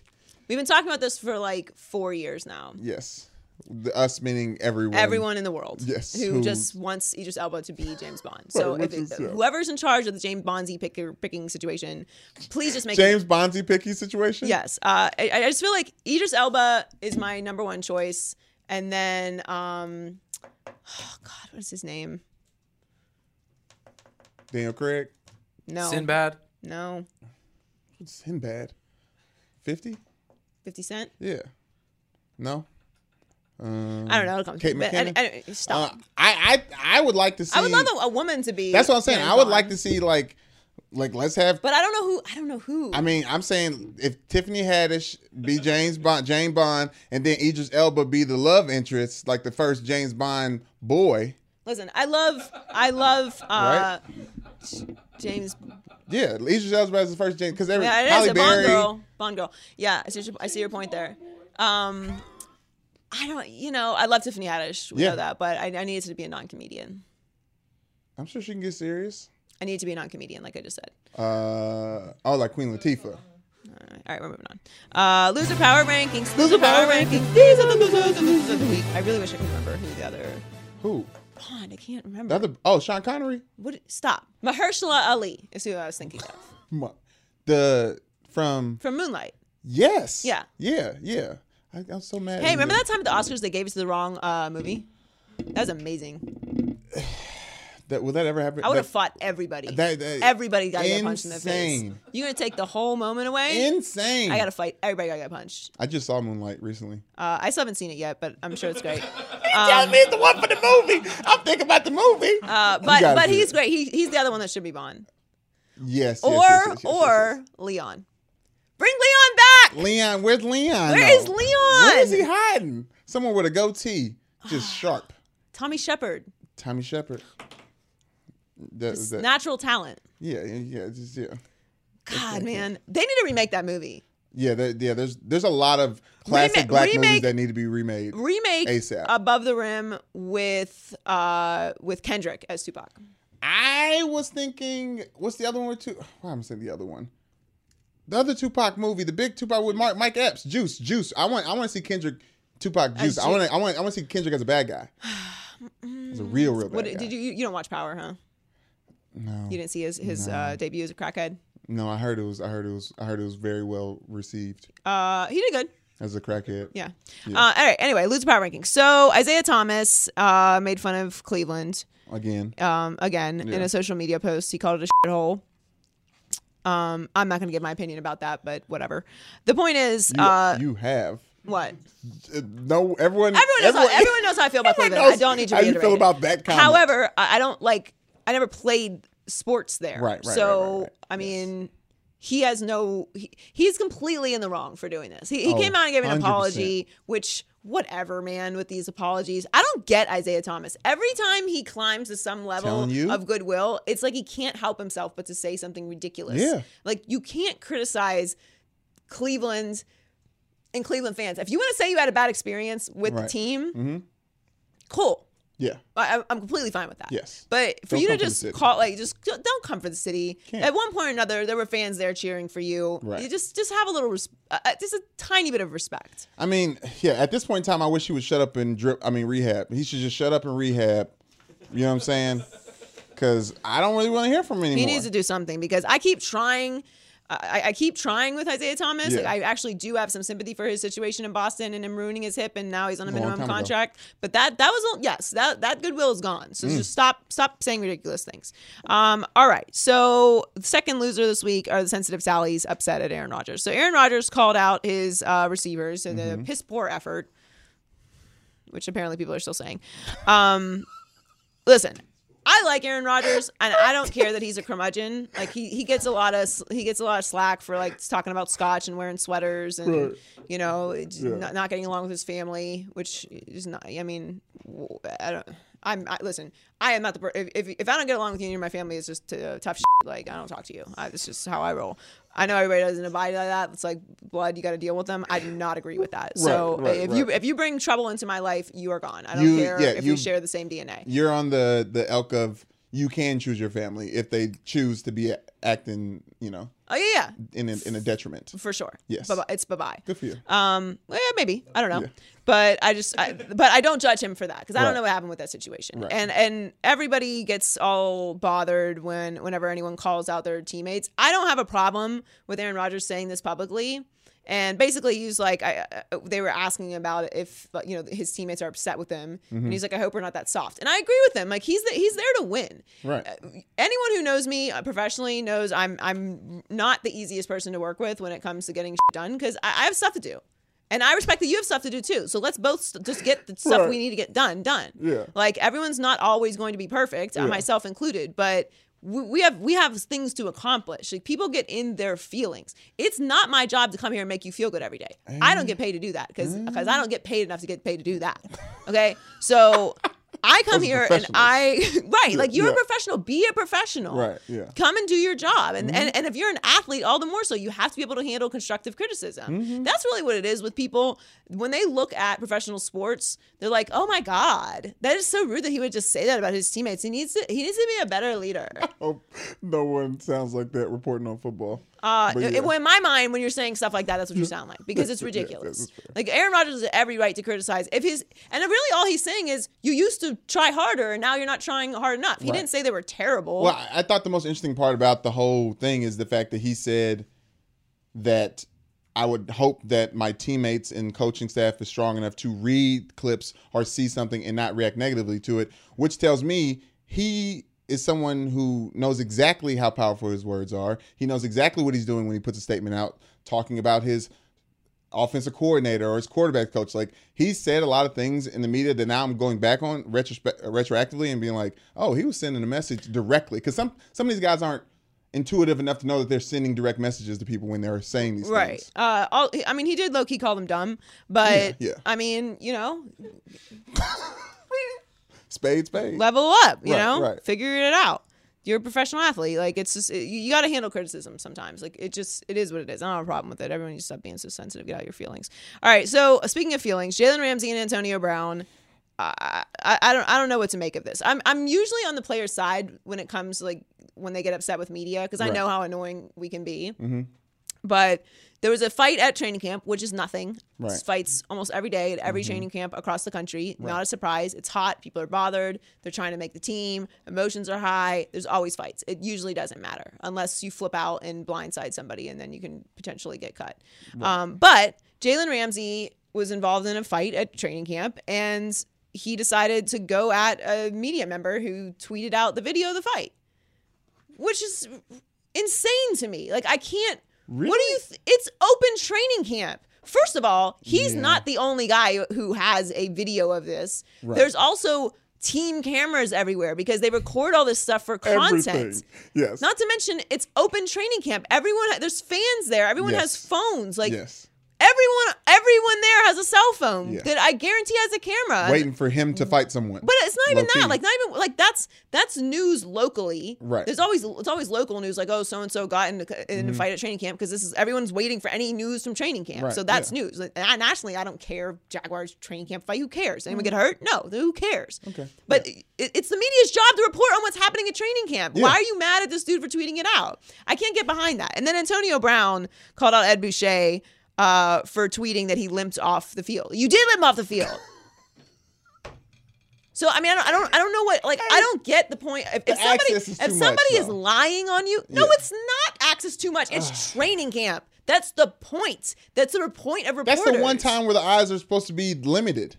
A: We've been talking about this for like four years now.
C: yes, the, us meaning everyone.
A: Everyone in the world,
C: Yes,
A: who,
C: who-
A: just wants Idris Elba to be James Bond. So,
C: which
A: if it-
C: is, yeah.
A: whoever's in charge of the James Bondsy picker picking situation, please just make it
C: James Bonzi picky situation.
A: Yes. Uh, I, I just feel like Idris Elba is my number one choice. And then, um, oh God, what is his name?
C: Daniel Craig,
A: No.
E: Sinbad.
A: No.
C: Sinbad, fifty.
A: 50 Cent?
C: Yeah, no.
A: I don't know. It'll come to
C: Kate
A: me. But
C: McKinnon?
A: any- any-
C: Uh,
A: stop.
C: I, I, I would like to see.
A: I would love a, a woman to be.
C: That's what I'm saying.
A: James
C: I would
A: Bond.
C: like to see like, like let's have
A: But I don't know who. I don't know who.
C: I mean, I'm saying if Tiffany Haddish be James Bond, Jane Bond, and then Idris Elba be the love interest, like the first James Bond boy.
A: Listen, I love. I love. Uh,
C: Right.
A: J- James.
C: Yeah, Idris Elba as the first James because every
A: Yeah, it is
C: Holly
A: a Bond
C: Berry.
A: girl. Bond girl. Yeah, I see, your, I see your point there. Um, I don't. You know, I love Tiffany Haddish. We
C: Yeah.
A: know that, but I, I needed to be a non-comedian.
C: I'm sure she can get serious.
A: I need to be a non-comedian, like I just said.
C: Uh, oh, like Queen Latifah.
A: All right, all right, we're moving on. Uh, loser power rankings. Loser power rankings. These are the losers and losers of the week. I really wish I could remember who the other.
C: Who?
A: blonde? I can't remember.
C: The other, oh, Sean Connery,
A: What? Stop. Mahershala Ali is who I was thinking of
C: Come on. the from
A: from Moonlight.
C: yes,
A: Yeah.
C: yeah, yeah. I, I'm so mad.
A: Hey, remember that time at the Oscars they gave us the wrong uh, movie? That was amazing.
C: That will that ever happen?
A: I would have
C: That-
A: fought everybody.
C: That- that-
A: everybody got to get punched in the face.
C: Insane.
A: You're gonna take the whole moment away?
C: Insane.
A: I gotta fight. Everybody gotta get punched.
C: I just saw Moonlight recently.
A: Uh, I still haven't seen it yet, but I'm sure it's great. Uh,
C: Tell me it's the one for the movie. I'm thinking about the movie.
A: Uh, but but he's great. He, he's the other one that should be Bond.
C: yes, yes,
A: Or
C: yes, yes, yes, yes,
A: or Leon. Bring Leon back.
C: Leon. Where's Leon?
A: Where
C: though?
A: is Leon?
C: Where is he hiding? Someone with a goatee, just sharp.
A: Tommy Shepard.
C: Tommy Shepard. That,
A: Just
C: that-
A: Natural talent.
C: yeah, yeah, yeah, just yeah.
A: God, man, they need to remake that movie.
C: Yeah, there, yeah. There's there's a lot of classic
A: Remake-
C: black movies
A: remake-
C: that need to be remade.
A: Remake
C: ASAP.
A: Above the Rim with uh with Kendrick as Tupac.
C: I was thinking, what's the other one? Or two? Why am I saying the other one? The other Tupac movie, the big Tupac with Mark, Mike Epps, Juice, Juice. I want, I want to see Kendrick, Tupac, Juice. I want, to, I want, I want to see Kendrick as a bad guy. As a real, real
A: Mm-hmm.
C: bad
A: What
C: guy.
A: did you you don't watch Power, huh?
C: No,
A: You didn't see his his uh, debut as a crackhead.
C: no. I heard it was, I heard it was, I heard it was very well received
A: Uh, he did good.
C: as a crackhead.
A: Yeah. Uh, all right. Anyway, lose the power ranking. So Isaiah Thomas uh, made fun of Cleveland
C: Again,
A: um, again in a social media post. He called it a shithole. Um, I'm not going to give my opinion about that, but whatever. The point is,
C: you,
A: uh,
C: you have
A: what
C: Uh, no
A: everyone
C: everyone.
A: knows, how, everyone knows how I feel about
C: everyone
A: Cleveland. I
C: knows
A: don't need to
C: how you
A: reiterate
C: feel
A: it.
C: about that comment.
A: However, I I don't like. I never played sports there,
C: Right, right, right,
A: so
C: right, right.
A: I mean. He has no. He, he's completely in the wrong for doing this. He, he
C: Oh,
A: came out and gave an
C: 100%.
A: apology, which whatever, man. With these apologies, I don't get Isaiah Thomas. Every time he climbs to some level
C: Telling you.
A: of goodwill, it's like he can't help himself but to say something ridiculous.
C: Yeah.
A: like you can't criticize Cleveland and Cleveland fans. If you want to say you had a bad experience with the
C: Right. Mm-hmm.
A: team, cool.
C: yeah,
A: I, I'm- I'm completely fine with that.
C: Yes.
A: But for
C: Don't
A: you to
C: come for the
A: just
C: city.
A: call like just don't don't come for the city.
C: Can't.
A: At one point or another, there were fans there cheering for you.
C: Right.
A: You just just have a little res- uh, uh, just a tiny bit of respect.
C: I mean, yeah, at this point in time, I wish he would shut up and drip. I mean, rehab. He should just shut up and rehab. You know what I'm saying? Because I don't really want to hear from him anymore.
A: He needs to do something because I keep trying. I, I keep trying with Isaiah Thomas.
C: Yeah.
A: Like, I actually do have some sympathy for his situation in Boston and him ruining his hip, and now he's on a
C: Long
A: minimum
C: time ago.
A: contract. But that that was yes, that that goodwill is gone.
C: Mm.
A: So just stop stop saying ridiculous things. Um, all right. So the second loser this week are the sensitive Sally's upset at Aaron Rodgers. So Aaron Rodgers called out his uh, receivers and
C: Mm-hmm.
A: the piss poor effort, which apparently people are still saying. listen, I like Aaron Rodgers, and I don't care that he's a curmudgeon. Like he, he gets a lot of he gets a lot of slack for like talking about scotch and wearing sweaters and you know it's not, not getting along with his family, which is not. I mean, w- I don't. I'm I, listen. I am not the per- if, if if I don't get along with you and you're my family, it's just uh, tough. Shit. Like I don't talk to you. I, it's just how I roll. I know everybody doesn't abide by that. It's like blood. You got to deal with them. I do not agree with that. so
C: right,
A: if you
C: right.
A: if you bring trouble into my life, you are gone. I don't
C: You-
A: care
C: yeah,
A: if we
C: you-
A: share the same DNA.
C: You're on the the elk of you can choose your family if they choose to be a- acting, you know,
A: Oh yeah, yeah.
C: in a, in a detriment.
A: for sure.
C: Yes.
A: Bye-bye. it's bye bye.
C: Good for you.
A: Um, well, yeah, maybe I don't know, but I just, I, but I don't judge him for that because I don't
C: Right.
A: know what happened with that situation.
C: Right.
A: And and everybody gets all bothered when whenever anyone calls out their teammates. I don't have a problem with Aaron Rodgers saying this publicly. And basically, he's like, I, uh, they were asking about if like, you know his teammates are upset with him,
C: Mm-hmm.
A: and he's like, I hope we're not that soft. And I agree with him. Like he's the, he's there to win
C: right.
A: uh, anyone who knows me uh, professionally knows I'm I'm not the easiest person to work with when it comes to getting shit done because I, I have stuff to do, and I respect that you have stuff to do too. So let's both st- just get the stuff we need to get done done.
C: Yeah.
A: like everyone's not always going to be perfect, uh myself included, but. We we have we have things to accomplish. Like people get in their feelings. It's not my job to come here and make you feel good every day. I don't get paid to do that because I don't get paid enough to get paid to do that. Okay, so I come here and
C: professionals.
A: I right like you're a
C: yeah.
A: professional. Be a professional.
C: Right, yeah.
A: Come and do your job. And,
C: Mm-hmm.
A: and and if you're an athlete, all the more so, you have to be able to handle constructive criticism.
C: Mm-hmm.
A: That's really what it is with people. When they look at professional sports, they're like, oh my God, that is so rude that he would just say that about his teammates. He needs to he needs to be a better leader.
C: Oh, no one sounds like that reporting on football.
A: Uh,
C: But
A: it-
C: yeah.
A: well, in my mind, when you're saying stuff like that, that's what you sound like because it's
C: Yeah, that's
A: ridiculous.
C: fair.
A: like Aaron Rodgers has every right to criticize if his and really all he's saying is you used to to try harder, and now you're not trying hard enough. He
C: Right.
A: didn't say they were terrible.
C: Well, I I thought the most interesting part about the whole thing is the fact that he said that I would hope that my teammates and coaching staff is strong enough to read clips or see something and not react negatively to it, which tells me he is someone who knows exactly how powerful his words are. He knows exactly what he's doing when he puts a statement out talking about his offensive coordinator or his quarterback coach. Like he said a lot of things in the media that now I'm going back on retrospect retroactively and being like, oh, he was sending a message directly because some some of these guys aren't intuitive enough to know that they're sending direct messages to people when they're saying these
A: right.
C: things.
A: Uh, all, I mean, he did low key call them dumb, but
C: Yeah, yeah.
A: I mean, you know,
C: Spade, spade.
A: level up you
C: Right,
A: know
C: right.
A: figure it out you're a professional athlete like it's just you- you got to handle criticism sometimes like it just it is what it is i don't have a problem with it everyone just stop being so sensitive get out your feelings all right so uh, speaking of feelings jalen ramsey and antonio brown I, I, I don't I don't know what to make of this. I'm I'm usually on the player's side when it comes to, like when they get upset with media because I know how annoying we can be. But there was a fight at training camp, which is nothing.
C: Right.
A: There's Fights almost every day at every training camp across the country. Not a surprise. It's hot. People are bothered. They're trying to make the team. Emotions are high. There's always fights. It usually doesn't matter unless you flip out and blindside somebody, and then you can potentially get cut. Um, but Jalen Ramsey was involved in a fight at training camp, and he decided to go at a media member who tweeted out the video of the fight, which is insane to me. Like I can't. What do you? Th- it's open training camp. First of all, he's not the only guy who has a video of this. There's also team cameras everywhere because they record all this stuff for content.
C: Everything. Yes.
A: Not to mention it's open training camp. Everyone ha- there's fans there. Everyone has
C: Yes.
A: phones. Like
C: yes.
A: everyone everyone there has a cell phone
C: Yeah.
A: that I guarantee has a camera.
C: Waiting for him to fight someone.
A: But it's not even
C: Low-key.
A: that. Like not even like that's that's news locally.
C: Right. Mm-hmm.
A: There's always it's always local news like oh so and so got in a, in a fight at training camp because this is everyone's waiting for any news from training camp.
C: Right,
A: So that's news. Like, and nationally, I don't care Jaguars training camp fight. Who cares? Anyone
C: Mm-hmm.
A: get hurt? No. Who cares? Okay. But it, it's the media's job to report on what's happening at training camp. Why
C: Yeah.
A: are you mad at this dude for tweeting it out? I can't get behind that. And then Antonio Brown called out Ed Boucher uh, for tweeting that he limped off the field. You did limp off the field. So I mean, I don't, I don't, I don't know what, like, I don't get the point. If, if
C: The
A: somebody,
C: access is
A: if
C: too
A: somebody
C: much,
A: is
C: though.
A: lying on you, no,
C: Yeah.
A: it's not access too much. It's training camp. That's the point. That's the point of reporters.
C: That's the one time where the eyes are supposed to be limited.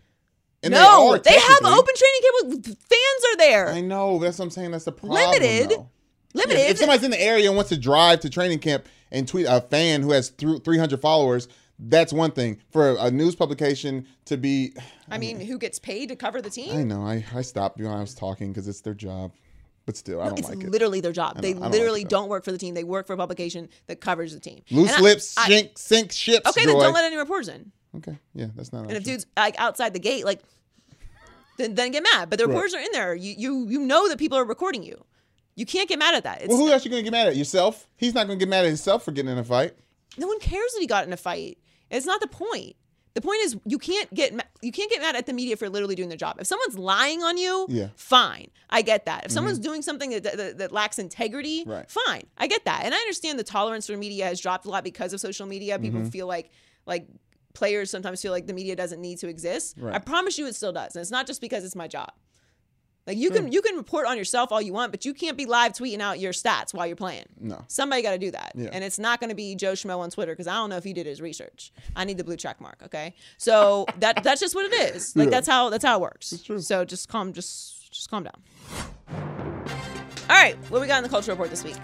C: And
A: no,
C: are
A: they, have
C: technically.
A: open training camp. with- Fans are
C: I
A: there,
C: know. That's what I'm saying. That's the problem.
A: Limited?
C: though.
A: limited.
C: If, if somebody's in the area and wants to drive to training camp and tweet a fan who has thr- 300 followers, that's one thing. For a, a news publication to be,
A: I mean, who gets paid to cover the team?
C: I know, I, I stopped you when I was talking because it's their job, but still, I don't
A: it's
C: like it.
A: literally their job. They
C: don't- I don't like
A: literally
C: it, though.
A: don't work for the team. They work for a publication that covers the team.
C: Loose
A: And I-
C: lips
A: I-
C: sink, sink ships.
A: okay,
C: Joy.
A: then don't let any reporters in.
C: Okay, yeah, that's not.
A: And if dude's like outside the gate, like then then get mad. But the reporters are in there. You you you know that people are recording you. You can't get mad at that. It's,
C: well, who else you gonna get mad at? Yourself? He's not gonna get mad at himself for getting in a fight.
A: no one cares that he got in a fight. It's not the point. The point is you can't get ma- you can't get mad at the media for literally doing their job. If someone's lying on you,
C: Yeah. Mm-hmm.
A: fine, I get that. If someone's doing something that, that, that lacks integrity,
C: Right.
A: fine, I get that. And I understand the tolerance for media has dropped a lot because of social media. People
C: Mm-hmm.
A: feel like like players sometimes feel like the media doesn't need to exist. I promise you, it still does, and it's not just because it's my job. Like you
C: Mm.
A: can you can report on yourself all you want, but you can't be live tweeting out your stats while you're playing. No, somebody got to do that, and it's not going to be Joe Schmo on Twitter because I don't know if he did his research. I need the blue check mark. Okay, so that that's just what it is. Like that's how that's how it works. So just calm, just just calm down. All right, what we got in the culture report this week?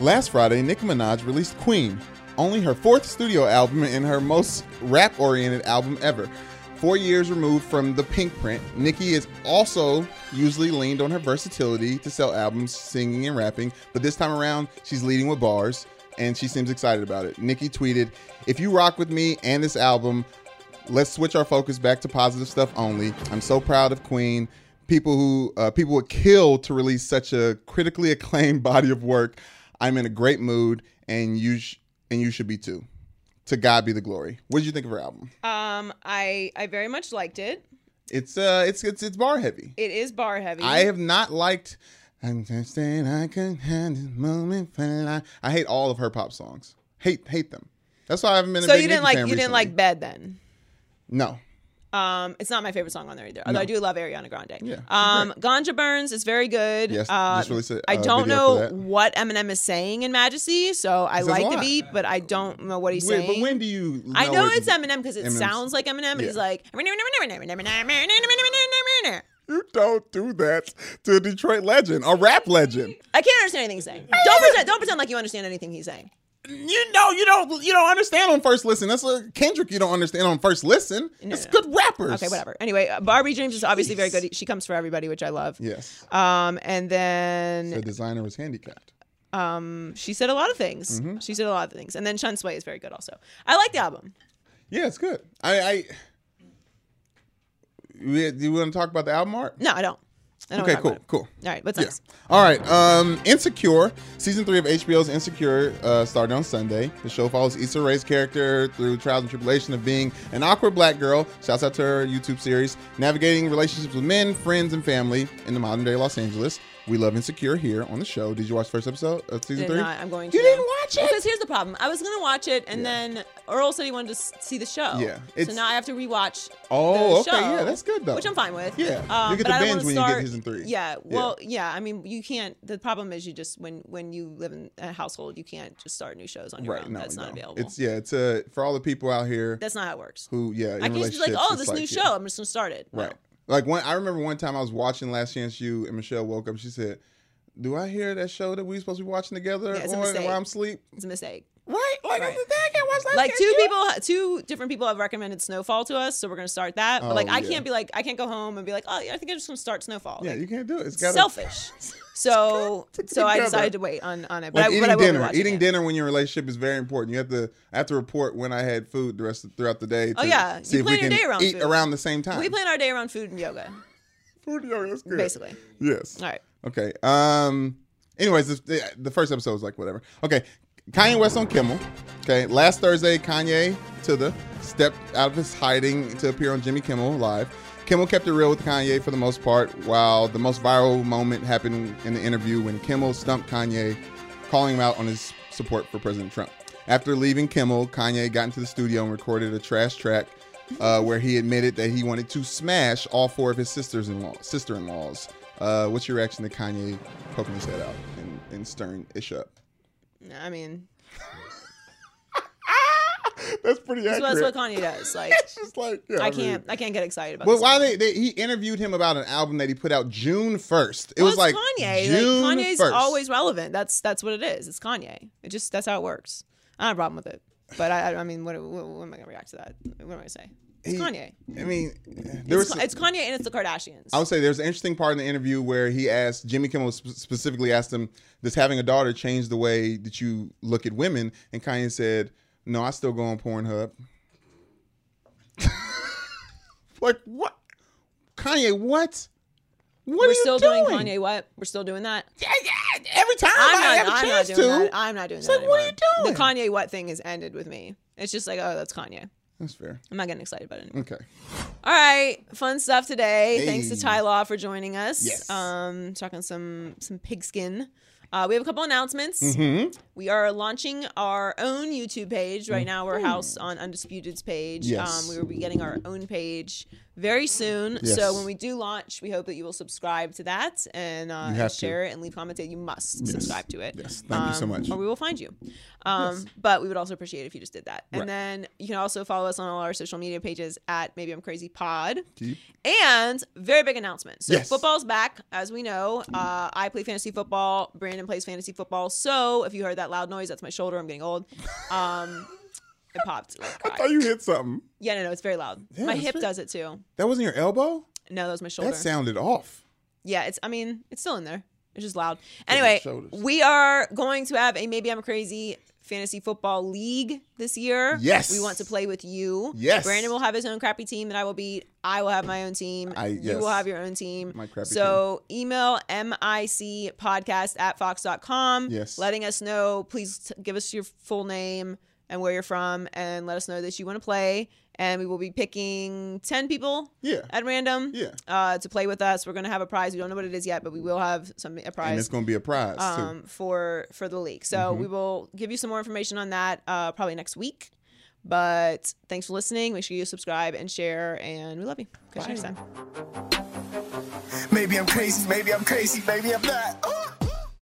C: Last Friday, Nicki Minaj released Queen, only her fourth studio album and her most rap oriented album ever. Four years removed from the pink print, Nicki has also usually leaned on her versatility to sell albums singing and rapping, but this time around, she's leading with bars and she seems excited about it. Nicki tweeted, If you rock with me and this album, let's switch our focus back to positive stuff only. I'm so proud of Queen. People who uh, people would kill to release such a critically acclaimed body of work. I'm in a great mood, and you sh- and you should be too. To God be the glory. What did you think of her album?
A: Um, I I very much liked it.
C: It's uh, it's it's it's bar heavy.
A: It is bar heavy.
C: I have not liked. I'm just saying I can have this moment for life. I hate all of her pop songs. Hate hate them. That's why I haven't been. A
A: so
C: big
A: you didn't
C: Nicki
A: like you
C: fan
A: didn't
C: recently.
A: like bed then.
C: No,
A: Um, it's not my favorite song on there either, although I do love Ariana Grande.
C: Yeah, she's
A: Um, Ganja Burns is very good.
C: Yes,
A: Uh,
C: just released a,
A: I
C: uh,
A: don't
C: video
A: know
C: for that.
A: what Eminem is saying in Majesty, so I
C: says a
A: like the
C: lot.
A: beat, but I don't know what he's
C: Wait,
A: saying.
C: but when do you? Know
A: I know
C: it-
A: it's Eminem because it
C: Eminem's-
A: sounds like Eminem. and He's
C: Yeah.
A: like, I
C: You don't do that to a Detroit legend, a rap legend.
A: can't understand anything he's saying. Don't pretend, don't pretend like you understand anything he's saying.
C: You know, you don't, you don't understand on first listen. That's a Kendrick. You don't understand on first listen. it's
A: no.
C: good rappers.
A: Okay, whatever. Anyway, uh, Barbie Dreams is obviously very good. She comes for everybody, which I love.
C: Yes,
A: Um, and then
C: the designer was handicapped.
A: she said a lot of things.
C: Mm-hmm.
A: She said a lot of things. And then Shun Sway is very good also. I like the album.
C: Yeah, it's good. I, I we, do you want to talk about the album art?
A: No, I don't. I don't
C: Okay,
A: wanna talk
C: cool,
A: about it.
C: cool.
A: All right, what's
C: Yeah.
A: next?
C: All right. Um, Insecure, season three of HBO's Insecure, uh, started on Sunday. The show follows Issa Rae's character through trials and tribulation of being an awkward black girl. Shouts out to her YouTube series, navigating relationships with men, friends, and family in the modern day Los Angeles. We love Insecure here on the show. Did you watch the first episode of season
A: Did
C: three?
A: not. I'm going to.
C: You didn't watch it.
A: Because here's the problem. I was gonna watch it, and then Earl said he wanted to s- see the show.
C: Yeah,
A: So
C: it's-
A: now I have to rewatch.
C: Oh,
A: the
C: okay,
A: show,
C: yeah, that's good, though.
A: Which I'm fine with.
C: Yeah,
A: Um,
C: you get
A: but
C: the
A: I don't
C: binge
A: wanna
C: when you get
A: start,
C: season three.
A: Yeah.
C: Yeah.
A: Well, yeah. I mean, you can't. The problem is you just when when you live in a household, you can't just start new shows on your
C: Right.
A: own.
C: No,
A: That's not
C: no.
A: available.
C: It's yeah. It's uh, for all the people out here
A: That's not how it works.
C: who yeah. In
A: I can't just be like,
C: relationships,
A: oh,
C: it's
A: this new
C: like,
A: show.
C: yeah.
A: I'm just gonna start it. No.
C: Right. Like when I remember one time I was watching Last Chance You and Michelle woke up. She said, "Do I hear that show that we supposed to be watching together
A: Yeah, it's a
C: on
A: mistake.
C: while I'm asleep?"
A: It's a mistake.
C: Right. Like
A: Right.
C: I can't watch Last
A: like
C: Chance
A: two
C: U.
A: people two different people have recommended snowfall to us so we're gonna start that but
C: Oh,
A: like i
C: yeah.
A: can't be like i can't go home and be like oh yeah, i think i'm just gonna start snowfall
C: Yeah,
A: Like,
C: you can't do it. It's got
A: it's selfish so so i
C: together.
A: decided to wait on on it but
C: Like
A: I,
C: eating
A: but I will be
C: dinner.
A: watching
C: Eating
A: it.
C: dinner when your relationship is very important. You have to I have to report when I had food the rest of, throughout the day. To
A: Oh, yeah. You
C: See if we
A: plan your
C: can
A: day around
C: eat
A: food.
C: around the same time.
A: we plan our day around food and yoga
C: food. Yeah, that's good.
A: basically
C: Yes.
A: all right
C: Okay. Um. Anyways, this, the, the first episode was like whatever. Okay. Kanye West on Kimmel. Okay. Last Thursday, Kanye to the stepped out of his hiding to appear on Jimmy Kimmel Live. Kimmel kept it real with Kanye for the most part, while the most viral moment happened in the interview when Kimmel stumped Kanye, calling him out on his support for President Trump. After leaving Kimmel, Kanye got into the studio and recorded a trash track uh, where he admitted that he wanted to smash all four of his sisters in law sister in laws. Uh, what's your reaction to Kanye poking his head out and, and stirring ish up?
A: i mean
C: That's pretty
A: so
C: accurate.
A: that's what kanye does like
C: it's just like yeah,
A: i
C: mean-
A: can't i can't get excited about
C: But
A: this
C: why
A: one.
C: they, they he interviewed him about an album that he put out June first. It
A: Well,
C: was
A: it's
C: like
A: Kanye.
C: June
A: like, Kanye's
C: 1st.
A: always relevant. That's that's what it is. It's Kanye. It just that's how it works. I don't have a problem with it. But I, I mean, what, what, what am I gonna react to that? What am I gonna say? It's
C: He-
A: Kanye.
C: I mean, there
A: It's,
C: was
A: Ka- it's Kanye and it's the Kardashians.
C: I would say there's an interesting part in the interview where he asked Jimmy Kimmel sp- specifically asked him, "Does having a daughter change the way that you look at women?" And Kanye said, "No, I still go on Pornhub." like what? Kanye, what? What are
A: We're
C: you
A: still
C: doing?
A: doing? Kanye what? We're still doing that.
C: Yeah, yeah, Every time
A: I'm not.
C: I have a
A: I'm not
C: chance
A: doing
C: to,
A: that. I'm not doing that.
C: like, what are
A: anymore.
C: you doing?
A: The Kanye what thing has ended with me. It's just like, oh, that's Kanye.
C: that's fair.
A: I'm not getting excited about it. Anymore.
C: Okay.
A: All right, fun stuff today. Thanks to
C: Hey.
A: Ty Law for joining us.
C: Yes.
A: Um, talking some some pigskin. Uh, we have a couple announcements.
C: Mm-hmm.
A: We are launching our own YouTube page right now. We're house on Undisputed's page.
C: Yes.
A: Um, we will be getting our own page very soon.
C: Yes.
A: So when we do launch, we hope that you will subscribe to that and, uh,
C: have
A: and
C: to.
A: share it and leave comments. You must subscribe to it.
C: Yes. Thank you so
A: um,
C: much.
A: Or we will find you. Um, But we would also appreciate it if you just did that. And
C: Right.
A: then you can also follow us on all our social media pages at Maybe I'm Crazy Pod.
C: Keep-
A: And very big announcement. So
C: Yes.
A: football's back, as we know. Uh, I play fantasy football. Brandon plays fantasy football. So if you heard that loud noise, that's my shoulder. I'm getting old. Um, it popped. Like,
C: I thought you hit something.
A: yeah, no, no, it's very loud. my
C: that's
A: hip
C: very-
A: does it too.
C: That wasn't your elbow.
A: No, that was my shoulder.
C: That sounded off.
A: Yeah, it's. I mean, it's still in there. It's just loud. Anyway,
C: shoulders.
A: we are going to have a maybe I'm crazy fantasy football league this year.
C: Yes.
A: we want to play with you.
C: Yes.
A: Brandon will have his own crappy team that I will beat. I will have my own team.
C: I-
A: you
C: yes.
A: will have your own team.
C: My crappy
A: so email mic podcast at fox.com.
C: Yes.
A: letting us know. Please t- give us your full name and where you're from, and let us know that you want to play. And we will be picking ten people.
C: Yeah.
A: At random
C: Yeah.
A: uh, to play with us. We're gonna have a prize. We don't know what it is yet, but we will have some a
C: And
A: prize
C: it's going to Mm-hmm. be a prize too.
A: um, for for the league. So we will give you some more information on that uh, probably next week. But thanks for listening. Make sure you subscribe and share, and we love you. Catch you next time.
F: Maybe I'm crazy, maybe I'm crazy, maybe I'm not. Uh. Ooh.